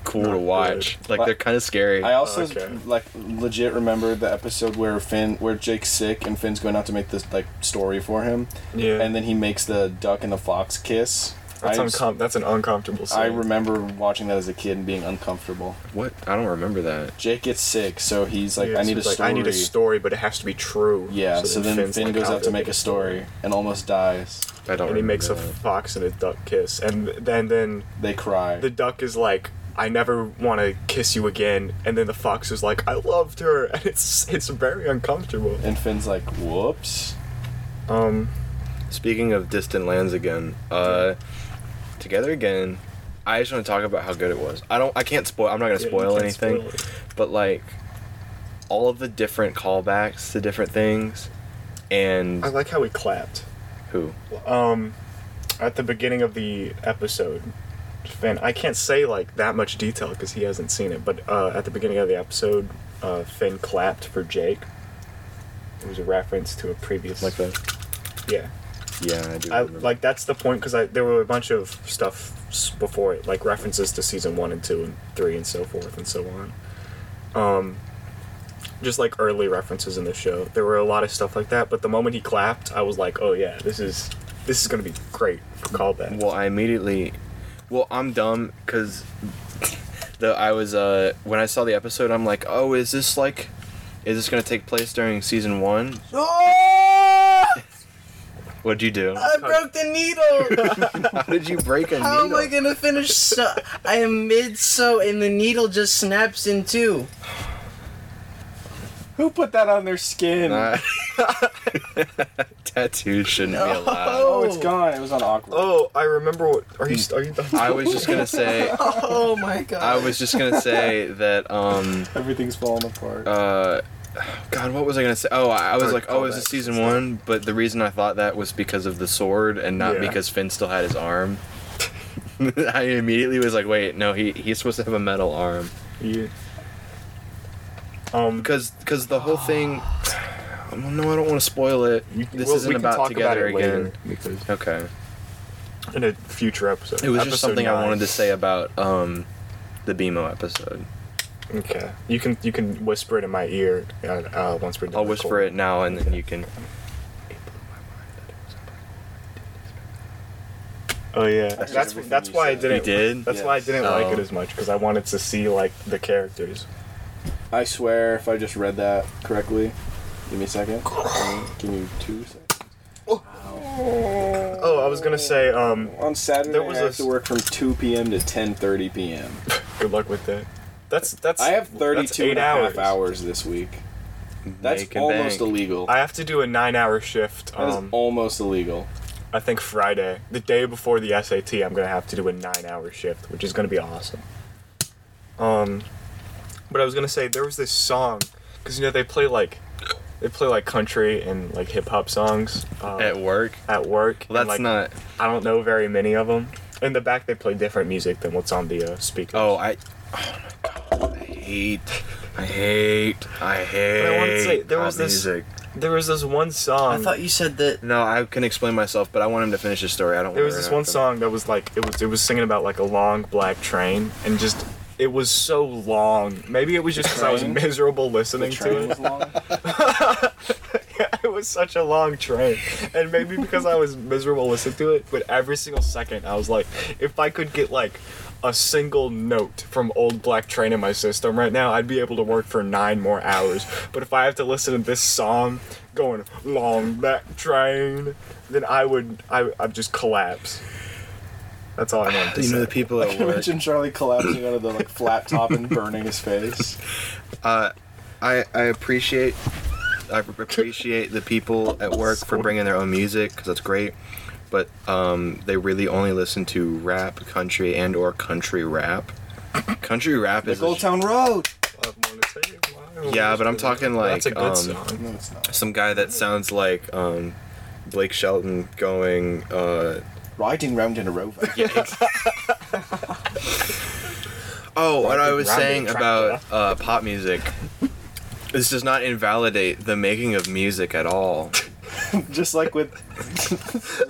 B: cool to watch. Like they're kind of scary.
A: I also
C: Oh, Okay.
A: like legit remember the episode where Finn, where Jake's sick and Finn's going out to make this like story for him,
C: Yeah,
A: and then he makes the duck and the fox kiss.
C: that's,
A: I,
C: uncom- that's an uncomfortable scene.
A: I remember watching that as a kid and being uncomfortable.
B: what? I don't remember that.
A: Jake gets sick, so he's like,
C: Yeah,
A: I
C: so
A: need a
C: it's like,
A: story.
C: I need a story, but it has to be true.
A: Yeah, so, then
C: Finn's
A: Finn
C: like,
A: goes
C: "How
A: out
C: did
A: to
C: I
A: make
C: get
A: a story and almost dies.
B: I don't.
C: And
B: remember
C: he makes a
B: that.
C: fox and a duck kiss, and then then
A: They cry.
C: the duck is like, "I never want to kiss you again," and then the fox is like, "I loved her," and it's it's very uncomfortable.
A: and Finn's like, whoops.
C: Um,
B: Speaking of distant lands again, uh, together again. I just want to talk about how good it was. I don't. I can't spoil. I'm not gonna
C: yeah, you
B: spoil
C: can't
B: anything.
C: spoil it.
B: but like all of the different callbacks to different things, and
C: I like how he clapped.
B: who?
C: um at the beginning of the episode Finn I can't say like that much detail because he hasn't seen it but uh, at the beginning of the episode uh, Finn clapped for Jake it was a reference to a previous
B: Like that?
C: yeah
B: Yeah, I do.
C: I,
B: remember.
C: like that's the point because there were a bunch of stuff s- before it like references to season one and two and three and so forth and so on um just like early references in the show there were a lot of stuff like that but the moment he clapped i was like oh yeah this is this is gonna be great for callback
B: Well, I immediately. Well, I'm dumb because the I was uh when I saw the episode, I'm like, oh, is this like, is this gonna take place during season one?
D: Oh!
B: What'd you do?
D: I broke the needle.
B: How did you break a
C: Oh
D: How am
B: needle?
D: I gonna finish? So I am mid so, and the needle just snaps in two.
A: Who put that on their skin?
B: Uh, tattoos shouldn't be allowed.
A: oh, it's gone. It was on awkward.
C: Oh, I remember what. Are you? Are you done?
B: I was just gonna say.
D: Oh my god.
B: I was just gonna say that. Um.
A: Everything's falling apart.
B: Uh. God, what was I gonna say? Oh, I I
C: Or
B: was like, oh, is this
C: callbacks
B: season one? But the reason I thought that was because of the sword and not
C: Yeah.
B: because Finn still had his arm. I immediately was like, wait, no, he he's supposed to have a metal arm.
C: You- Um,
B: because because the whole thing. Oh, No, I don't want to spoil it.
C: you-
B: This
C: we'll-
B: isn't
C: we can
B: about
C: talk
B: together
C: about it
B: again.
C: later because
B: Okay.
C: in a future episode.
B: It was
C: Episode
B: just something I
C: nine.
B: wanted to say about um, the BMO episode.
C: Okay, you can you can whisper it in my ear uh, uh, once we're done.
B: I'll whisper it now, and then you can.
C: Oh yeah,
A: That's
C: that's
A: everything
C: that's,
A: you
C: why I
A: said.
C: didn't.
B: You did?
C: That's why I didn't
B: Yes.
C: like it
B: Oh.
C: as much because I wanted to see like the characters.
A: I swear, if I just read that correctly, give me a second. Give me two seconds.
C: Oh, I was gonna say. Um,
A: On Saturday,
C: There was
A: I
C: a
A: have to
C: s-
A: work from 2 p.m. to 10:30 p.m.
C: good luck with that. That's that's.
A: I have
C: that's
A: 32
C: eight
A: and a
C: hours.
A: half hours. this week. That's
B: Make and
A: almost
B: bank.
A: illegal.
C: I have to do a nine-hour shift.
A: That is
C: Um,
A: almost illegal.
C: I think Friday, the day before the SAT, I'm gonna have to do a nine-hour shift, which is gonna be awesome. Um, but I was gonna say there was this song because you know they play like they play like country and like hip hop songs uh,
B: At work.
C: at work.
B: Well,
C: and,
B: that's
C: like,
B: not.
C: I don't know very many of them. In the back, they play different music than what's on the uh, speaker.
B: Oh, I. Oh my god! I hate. I hate. I hate.
C: I wanted to say, there
B: pop
C: was this-
B: music.
C: there was this one song.
D: I thought you said that.
B: No, I can explain myself, but I want him to finish his story. I don't.
C: there
B: wanna
C: was this
B: interrupt
C: one
B: him.
C: song that was like it was it was singing about like a long black train and just it was so long. Maybe it was just because I was
A: Train?
C: miserable listening to
A: Train
C: it.
A: was long.
C: yeah, it was such a long train, and maybe because I was miserable listening to it. But every single second, I was like, if I could get like a single note from old black train in my system right now i'd be able to work for nine more hours but if i have to listen to this song going long black train then i would i i'd just collapse that's all i wanted to
B: You
C: say
B: know the people at work.
A: Imagine Charlie collapsing out of the like flat top and burning his face.
B: I I appreciate I appreciate the people at work for bringing their own music because that's great, but um, they really only listen to rap, country, and or country rap. Country rap is
A: Like Old Town Road.
C: I wanted to say, wow.
B: Yeah, but I'm talking
C: that's a
B: like,
C: good
B: um,
C: song
A: No, it's not.
B: some guy that sounds like um, Blake Shelton going. Uh,
A: Riding round in a rover.
B: Oh, what I
C: Rocket
B: was
C: Rocket
B: saying
C: Tractor.
B: about uh, pop music. This does not invalidate the making of music at all.
A: Just like with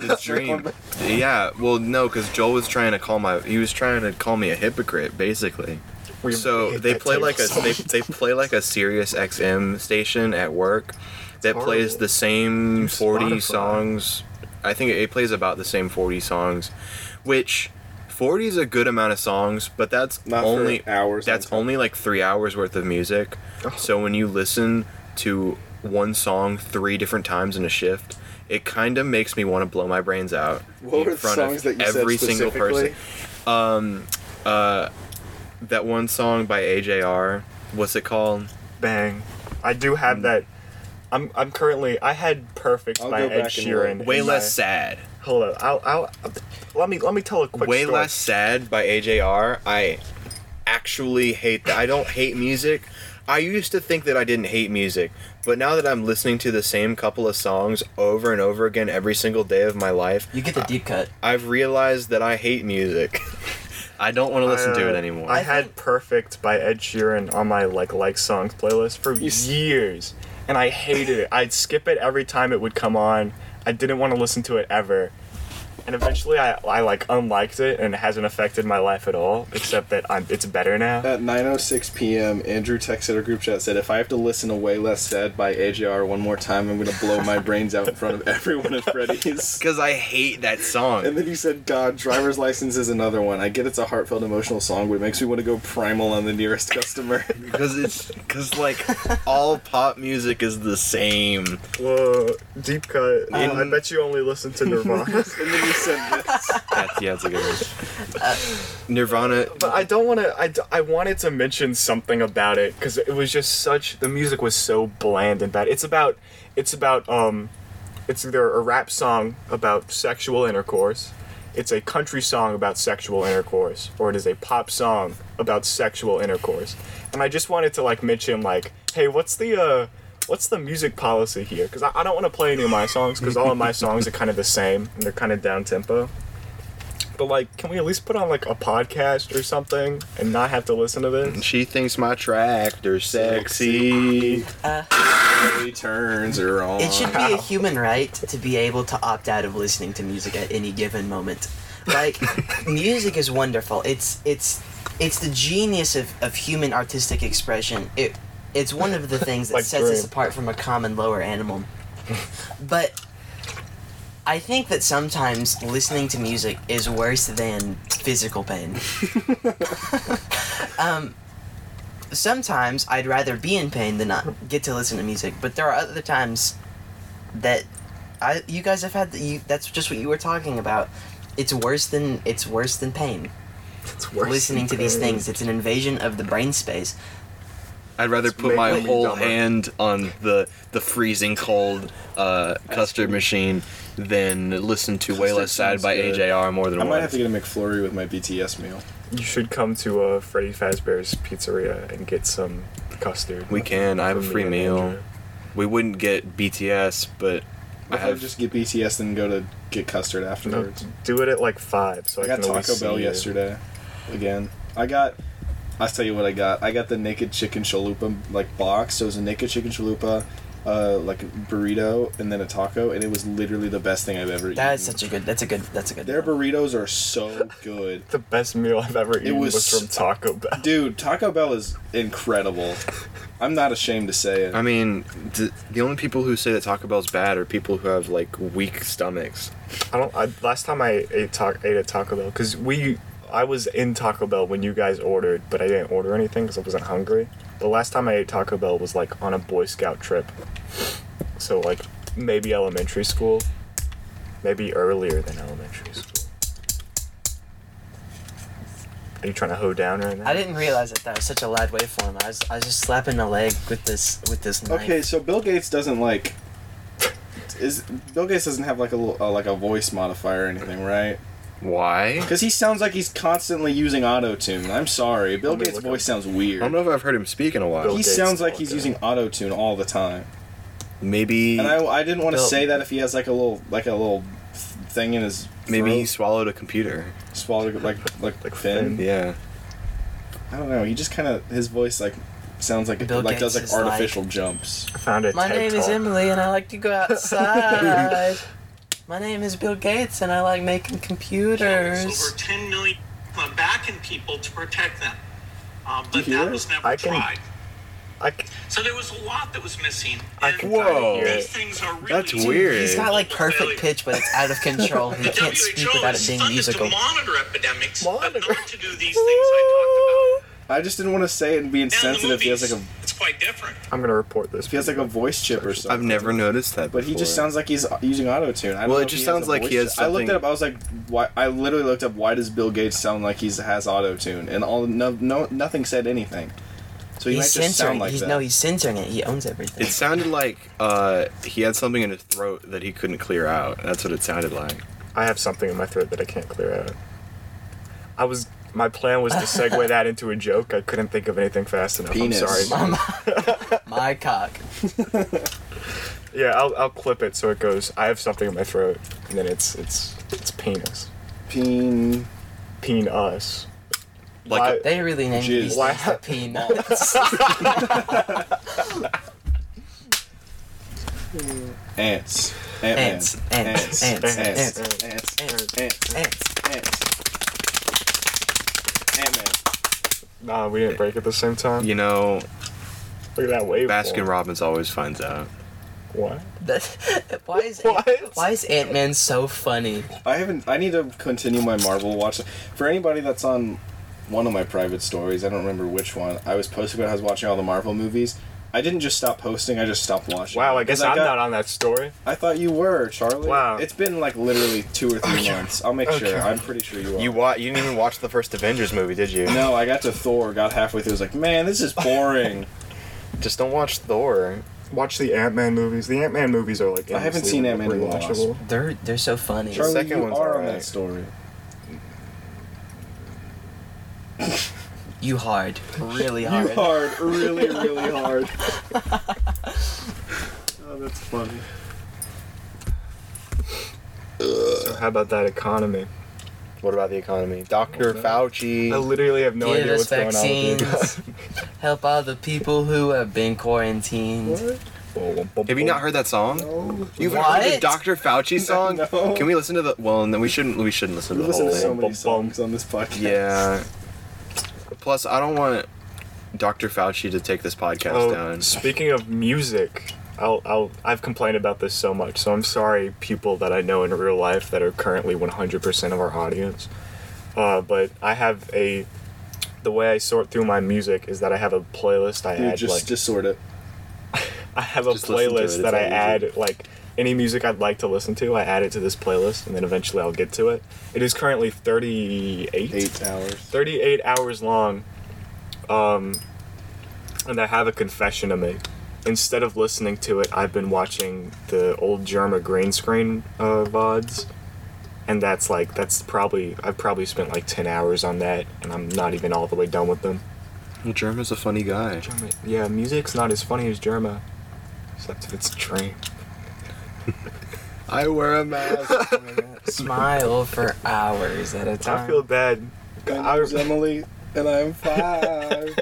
B: The dream. Yeah, well, no, because Joel was trying to call my. He was trying to call me a hypocrite, basically.
C: We
B: So
C: hate
B: they
C: that
B: play
C: type
B: like
C: of
B: a
C: song.
B: they, they play like a Sirius XM station at work that plays
C: horrible.
B: the same forty
C: Spotify.
B: songs. I think it plays about the same forty songs, which forty is a good amount of songs, but that's
A: Not for
B: only
A: hours Oh.
B: That's
A: on top.
B: only like three hours worth of music. So when you listen to one song three different times in a shift. It kind of makes me want to blow my brains out
A: What were the songs that you said specifically?
B: Um, uh, That one song by AJR, what's it called?
C: bang. I do
B: Hmm.
C: have that. I'm I'm currently I had perfect
A: I'll
C: by
A: go
C: Ed
A: back and
C: Sheeran.
A: look.
B: Way
C: in
B: less
C: my-
B: sad.
C: hold up. I'll, I'll let me let me tell a quick.
B: Way
C: story.
B: less sad by AJR. I actually hate that. I don't hate music. I used to think that I didn't hate music, but now that I'm listening to the same couple of songs over and over again every single day of my life,
D: You get the deep cut.
B: I've realized that I hate music. I don't want to listen to it
C: Uh,
B: anymore.
C: I had perfect by Ed Sheeran on my like like songs playlist for years, and I hated it. I'd skip it every time it would come on. I didn't want to listen to it ever. and eventually I, I like unliked it and it hasn't affected my life at all except that I'm it's better now.
A: At 9:06 p.m., Andrew texted our group chat said, "If I have to listen to Way Less Sad by AJR one more time, I'm gonna blow my brains out in front of everyone at Freddy's."
B: Because I hate that song.
A: And then you said, "God, driver's license is another one. I get it's a heartfelt, emotional song, but it makes me want to go primal on the nearest customer."
B: Because it's because like all pop music is the same.
C: Whoa, deep cut.
A: um,
C: Oh, I bet you only listen to Nirvana.
A: and then you said this.
B: That's yeah, it's a good one.
C: Uh,
B: Nirvana.
C: but I don't want to. I, d- I wanted to mention something about it because it was just such. The music was so bland and bad. It's about. It's about. Um, it's either a rap song about sexual intercourse, it's a country song about sexual intercourse, or it is a pop song about sexual intercourse. And I just wanted to like mention like, hey, what's the uh, what's the music policy here? Because I, I don't want to play any of my songs because all of my songs are kind of the same and they're kind of down tempo but like can we at least put on like a podcast or something and not have to listen to this
B: She thinks my tractor's sexy.
A: Three turns are on.
D: It should be a human right to be able to opt out of listening to music at any given moment. Like, music is wonderful. It's it's it's the genius of, of human artistic expression. It it's one of the things that
C: Like
D: sets us
C: Dream.
D: apart from a common lower animal. But I think that sometimes listening to music is worse than physical pain. Um, sometimes I'd rather be in pain than not get to listen to music. But there are other times that I you guys have had you, that's just what you were talking about. It's worse than it's worse than pain.
C: it's worse
D: listening to these things, it's an invasion of the brain space.
B: I'd rather put
A: made
B: my
A: me
B: whole
A: dumber.
B: hand on the the freezing cold uh, custard machine than listen to Way
A: Custard
B: Less Sad
A: sounds
B: by
A: good.
B: AJR more than
A: I might have
B: once.
A: to get a McFlurry with my BTS meal.
C: you should come to uh, freddy fazbear's pizzeria and get some custard
B: We can. I have a
C: From me
B: free
C: and
B: meal.
C: Andrew.
B: We wouldn't get BTS, but I
A: If I
B: have
A: just get BTS and go to get custard
C: no,
A: afterwards.
C: do it at like five so i,
A: I got
C: can always
A: Taco
C: see uh,
A: Bell
C: you.
A: yesterday. Again, I got. I'll tell you what I got. I got the naked chicken chalupa like box. So it was a naked chicken chalupa, uh, like burrito, and then a taco, and it was literally the best thing I've ever eaten.
D: That's such a good. That's a good. That's a good.
A: Their burritos are so good,
C: the best meal i've ever eaten was,
A: was-
C: from taco bell
A: dude. Taco Bell is incredible. I'm not ashamed to say it.
B: I mean, d- the only people who say that Taco Bell's bad are people who have like weak stomachs.
C: i don't I, last time i ate, ta- ate at taco bell because we i was in taco bell when you guys ordered but i didn't order anything because i wasn't hungry the last time i ate taco bell was like on a boy scout trip so like maybe elementary school maybe earlier than elementary school are you trying to hoe down right now
D: I didn't realize that that was such a loud waveform. I was, I was just slapping the leg with this with this knife.
A: Okay, so Bill Gates doesn't like. Is Bill Gates doesn't have like a little, uh, like a voice modifier or anything, right?
B: Why?
A: Because he sounds like he's constantly using auto tune. I'm sorry, Bill
C: Let me
A: Gates'
C: look up-
A: voice sounds
B: I
A: weird.
B: don't know if I've heard him speak in a while.
C: Bill
A: he
C: Gates
A: sounds like he's
C: auto.
A: using auto tune all the time.
B: Maybe
A: And I, I didn't want to
D: Bill-
A: say that if he has like a little like a little th- thing in his
B: maybe he
A: throat,
B: swallowed a computer.
A: swallowed like like
C: Like
A: like fin.
B: Yeah.
A: I don't know. He just kind of his voice like sounds like
D: Bill
A: like does
D: Gates
A: like
D: is like-
A: artificial jumps.
C: I found it
D: My name is Emily, and I like to go outside. My name is Bill Gates, and I like making computers.
G: Over 10 million on backing people to protect them. Um, but
A: hear
G: that
A: it?
G: was never
C: I can-
G: tried.
C: I, c-
G: So there was a lot that was missing.
C: I
G: and
C: can
B: Whoa.
C: Whoa. Hear
G: These
C: it.
G: things are really
B: That's
G: dangerous.
B: weird.
D: He's got like perfect pitch, but it's out of control. He
G: The
D: can't speak
G: WHO
D: without it
G: is
D: being
G: funded
D: musical.
G: to monitor epidemics, but
C: Monitor.
G: not to do these things I
A: I just didn't want to say it and be
G: talked about. Now in the
A: insensitive. If he has
G: movies,
A: like a
G: it's quite different.
C: I'm gonna report this.
A: if he has like a voice chip or something.
B: I've never noticed that.
A: But he
B: before.
A: just sounds like he's using auto tune.
B: Well, it just sounds like he has
A: I looked
B: something-
A: it up. I was like, why? I literally looked up why does Bill Gates sound like he has auto tune, and all no, no nothing said anything. So he
D: He's
A: might just
D: censoring.
A: sound like
D: he's
A: that.
D: no, he's censoring it. He owns everything.
B: It sounded like uh, he had something in his throat that he couldn't clear out. That's what it sounded like.
C: I have something in my throat that I can't clear out. I was. My plan was to segue that into a joke. I couldn't think of anything fast enough.
A: Penis.
C: I'm sorry.
D: My cock.
C: Yeah, I'll, I'll clip it so it goes. I have something in my throat, and then it's it's it's penis.
A: Peen.
C: Peen us.
B: Like
C: Why-
D: They really named
A: Jeez.
D: these
C: Why-
D: things the peanuts.
A: Ants.
D: Ants, ants,
A: Ants. Ants.
D: ants, ants,
A: Ants. Ants.
D: ants,
A: Ants.
D: ants.
A: Ants. Ant-Man.
C: Nah, we didn't break at the same time.
B: You know,
C: Look at that wave.
B: Baskin Robbins always finds out.
C: What?
D: That- Why is
C: What?
D: why is Ant Man so funny?
A: I haven't. I need to continue my Marvel watch. For anybody that's on one of my private stories, I don't remember which one. I was posting about how I was watching all the Marvel movies. I didn't just stop posting. I just stopped watching.
C: Wow, I guess
A: 'Cause
C: I'm
A: got-
C: not on that story.
A: I thought you were Charlie.
C: Wow.
A: It's been like literally two or three
C: Okay.
A: months. I'll make
C: Okay.
A: sure. I'm pretty sure you are.
B: You wa- You didn't even watch the first Avengers movie, did you?
A: No, I got to Thor. Got halfway through. I was like, man, this is boring.
B: Just don't watch Thor.
C: Watch the Ant Man movies. The Ant Man movies are like
A: I haven't
C: endlessly
A: seen Ant-Man in a while.
C: rewatchable.
D: They're they're so funny.
A: Charlie,
B: second
A: you
B: one's
A: are on
B: alright.
A: that story.
D: You hard, really hard.
A: You hard, really, really hard. oh, that's funny.
C: So how about that economy?
B: What about the economy? Dr. Fauci.
C: I literally have no
D: Give
C: idea what's
D: us
C: going on.
D: vaccines.
C: With you.
D: Help all the people who have been quarantined.
B: Have you not heard that song?
C: Oh,
B: You've heard the
D: What?
B: Dr. Fauci song?
A: No.
B: Can we listen to the? Well, no, we shouldn't. We shouldn't listen to
A: We
B: the
A: listen
B: whole
A: to
B: thing.
A: so many
C: Bum, bum.
A: songs on this podcast.
B: yeah. Plus, I don't want Dr. Fauci to take this podcast
C: Oh,
B: down.
C: speaking of music, I'll, I'll, I've complained about this so much, so I'm sorry, people that I know in real life that are currently 100% of our audience. Uh, but I have a. The way I sort through my music is that I have a playlist I
A: Dude,
C: add
A: just
C: like
A: just sort it.
C: I have a
B: Just listen to it,
C: playlist
B: it's
C: that I
B: that
C: add like any music I'd like to listen to. I add it to this playlist, and then eventually I'll get to it. It is currently 38,
A: Eight hours.
C: 38 hours long, um, and I have a confession to make. Instead of listening to it, I've been watching the old Germa green screen uh, vods, and that's like that's probably I've probably spent like ten hours on that, and I'm not even all the way done with them.
B: Germ is a funny guy.
C: Germa- Yeah, music's not as funny as Germa, except if it's a train.
B: I wear a mask.
D: Smile for hours at a time.
C: I feel bad.
A: My name's Emily, and I'm five.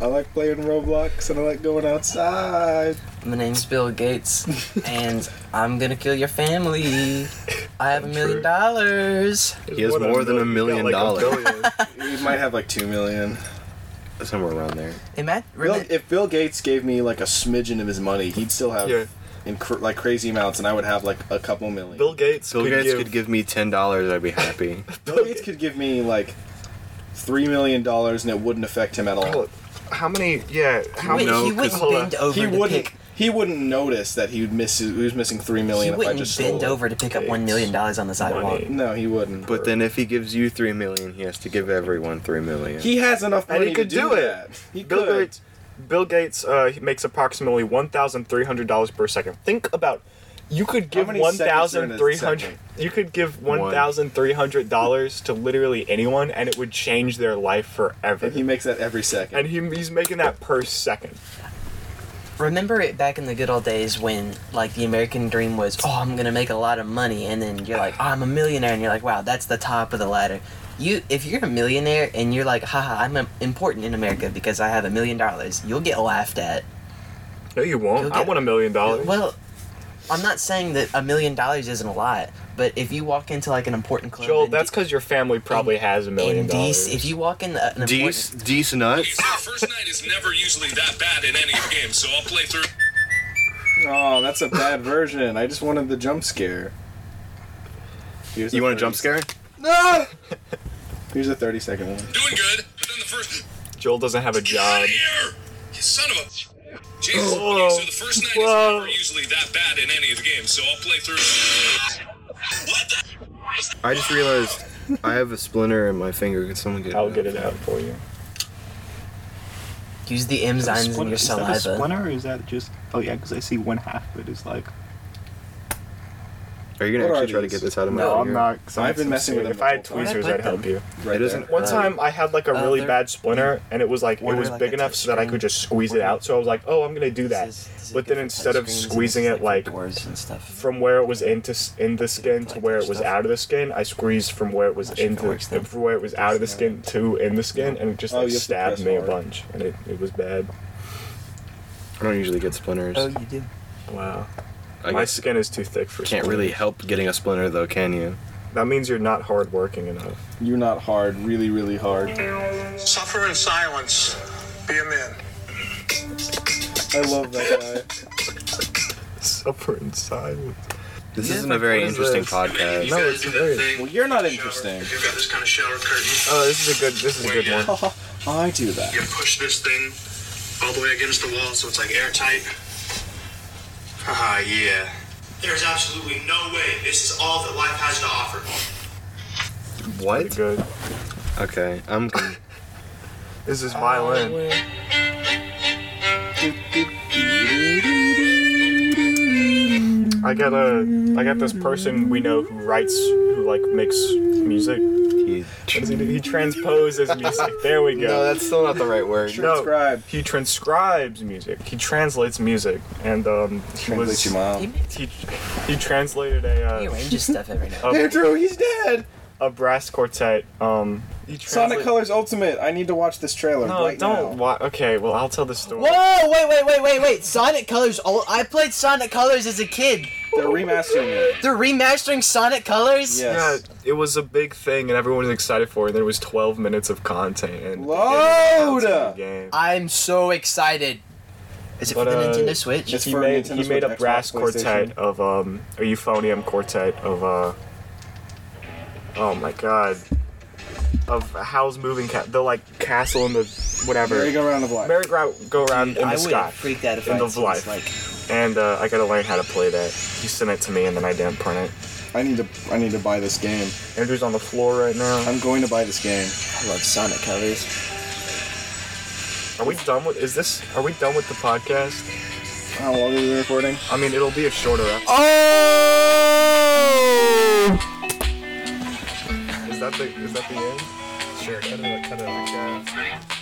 A: I like playing Roblox, and I like going outside.
D: My name's Bill Gates, and I'm gonna kill your family. I have a million
C: True.
D: dollars.
B: He has more than a million dollars.
A: We might have like two million.
B: Somewhere around there.
D: Hey, Matt,
A: Bill,
D: remember,
A: if Bill Gates gave me like a smidgen of his money, he'd still have
C: Yeah.
A: in cr- like crazy amounts, and I would have like a couple million.
C: Bill Gates.
B: Bill
C: could
B: Gates
C: give-
B: could give me ten dollars. I'd be happy.
A: Bill Gates could give me like three million dollars, and it wouldn't affect him at all.
C: Oh, How many? Yeah. How
D: wait,
C: many?
D: he wouldn't
C: hold
D: bend
C: on.
D: over
A: He
D: to
A: wouldn't.
D: pick.
A: He wouldn't notice that he'd miss. He was missing three
D: He
A: million if I
D: wouldn't
A: just
D: bend
A: stole it.
D: over to pick up one million dollars on the sidewalk.
C: Money.
A: No, he wouldn't.
B: But then if he gives you three million, he has to give everyone three million.
A: he has enough
C: And
A: money
C: he could
A: to do,
C: do it.
A: that. He
C: Bill
A: could.
C: Gates. Bill Gates uh, he makes approximately one thousand three hundred dollars per second. Think about. You could give
A: many
C: one
A: seconds are in a
C: thousand three hundred.
A: second?
C: You could give one thousand three hundred dollars to literally anyone, and it would change their life forever.
A: And he makes that every second.
C: And he, he's making that per second.
D: Remember it back in the good old days when, like, the American dream was, oh, I'm gonna make a lot of money, and then you're like, oh, I'm a millionaire, and you're like, wow, that's the top of the ladder. You, if you're a millionaire and you're like, haha, I'm um, important in America because I have a million dollars, you'll get laughed at.
C: No, you won't.
D: You'll
C: I
D: get-
C: want a million dollars.
D: Well, I'm not saying that a million dollars isn't a lot, but if you walk into like an important club,
C: Joel,
D: in
C: that's
D: D-
C: because your family probably has a million
D: in
C: dollars.
D: Dees, if you walk in a- an
B: Deece,
D: important,
B: Deece nuts.
H: First night is never usually that bad in any game, so I'll play through.
A: Oh, that's a bad version. I just wanted the jump scare. Here's
B: You want a
A: 30
B: jump scare?
A: Here's a 30 second one.
H: Doing good, but then the first.
C: Joel doesn't have a
H: Get out
C: job.
H: of here! You son of a. Jesus.
C: Whoa.
H: Okay, so the first night
C: Whoa.
H: is never usually that bad in any of the games, so I'll play through. What the?
B: I just realized I have a splinter in my finger. Can someone get it?
C: I'll get it out for you.
D: use the enzymes in your
I: Is that a
D: saliva.
I: splinter or is that just? Oh yeah, because I see one half of it is like.
B: Are you gonna
A: What are
B: actually try to
A: these?
B: get this out of my
C: No, I'm
B: finger?
C: not. i
A: I've been messing with them
C: If I had
A: the whole time.
C: tweezers, I'd help you.
A: Right
B: It isn't-
A: there.
C: One time, I had like a
D: Uh,
C: really
D: they're-
C: bad splinter, and it was like it
D: What are
C: was
D: like
C: big
D: a
C: enough
D: touch
C: so that I could
D: screen?
C: just squeeze it
D: What are-
C: out. So I was like, "Oh, I'm gonna do that."
D: This is- this is
C: but then
D: different
C: instead of
D: touchscreens and
C: squeezing
D: it's
C: it like
D: doors and stuff.
C: from where it was into s- in the skin to where it was out of the skin, I squeezed from where it was
D: Not sure if
C: into
D: it works, though.
C: from where it was out of the skin to in the skin, and it just
A: Oh,
C: like
A: you have to
C: stabbed
A: press
C: me
A: hard.
C: a bunch, and it, it was bad.
B: I don't usually get splinters.
D: Oh, you did.
C: Wow.
B: I
C: My
B: guess
C: skin is too thick for.
B: can't
C: splinters.
B: really help getting a splinter though, can you?
C: That means you're not hardworking enough.
A: You're not hard, really, really hard.
H: Suffer in silence. Be a man.
A: I love that guy.
C: Suffer in silence.
B: This
C: Yeah,
B: isn't a
C: like,
B: very
C: what is
B: interesting
C: this?
B: podcast.
C: No, it's very-
A: Well, you're not interesting.
H: If you've got this kind of shower curtain,
C: Oh, this is a good. This is a good one.
A: I do that.
H: you push this thing all the way against the wall so it's like airtight. Haha, yeah. There's absolutely no way this is all that life has to offer.
B: What?
C: Good.
B: Okay, I'm. con-
C: This is violin. I got a. I got this person we know who writes, who like makes music.
B: he-
C: What does he do? He transposes music. There we go.
B: no, that's still not the right word.
A: Transcribe.
C: He transcribes music. He translates music, and um, he
A: Translate
C: was
A: you, mom.
D: He,
C: he, he translated a
D: he
C: uh,
D: arranges stuff every now.
C: a,
A: Andrew, he's dead.
C: a brass quartet. Um, he
A: Sonic
C: translate-
A: Colors Ultimate. I need to watch this trailer
C: No,
A: right
C: don't.
A: now.
C: Wa- okay, well I'll tell the story.
D: Whoa! Wait! Wait! Wait! Wait! Wait! Sonic Colors. Oh, I played Sonic Colors as a kid.
A: They're remastering it.
D: They're remastering Sonic Colors.
A: Yes.
C: Yeah, it was a big thing, and everyone was excited for it. And there was 12 minutes of content. And
A: Load.
C: game.
D: I'm so excited. Is it
C: But,
D: for the
C: uh,
D: Nintendo Switch?
A: it's-
C: he
A: for
C: made
A: Nintendo
C: he made
A: Switch,
C: a brass
A: Xbox,
C: quartet
A: PlayStation.
C: of um a euphonium quartet of uh oh my god of how's moving cat the like castle in the whatever
A: There you go, round of life.
C: merry go go round in the
D: I would
C: sky
D: have freaked out if
C: in
D: I
C: the
D: had seen this,
C: life
D: like
C: and uh, I gotta learn how to play that he sent it to me and then I didn't print it
A: I need to. I need to buy this game.
C: Andrew's on the floor right now
A: I'm going to buy this game.
D: I love Sonic Colors.
C: are we done with is this are we done with the podcast
A: How long are we recording?
C: I mean it'll be a shorter episode is that the is that the end sure cut it, cut it like that.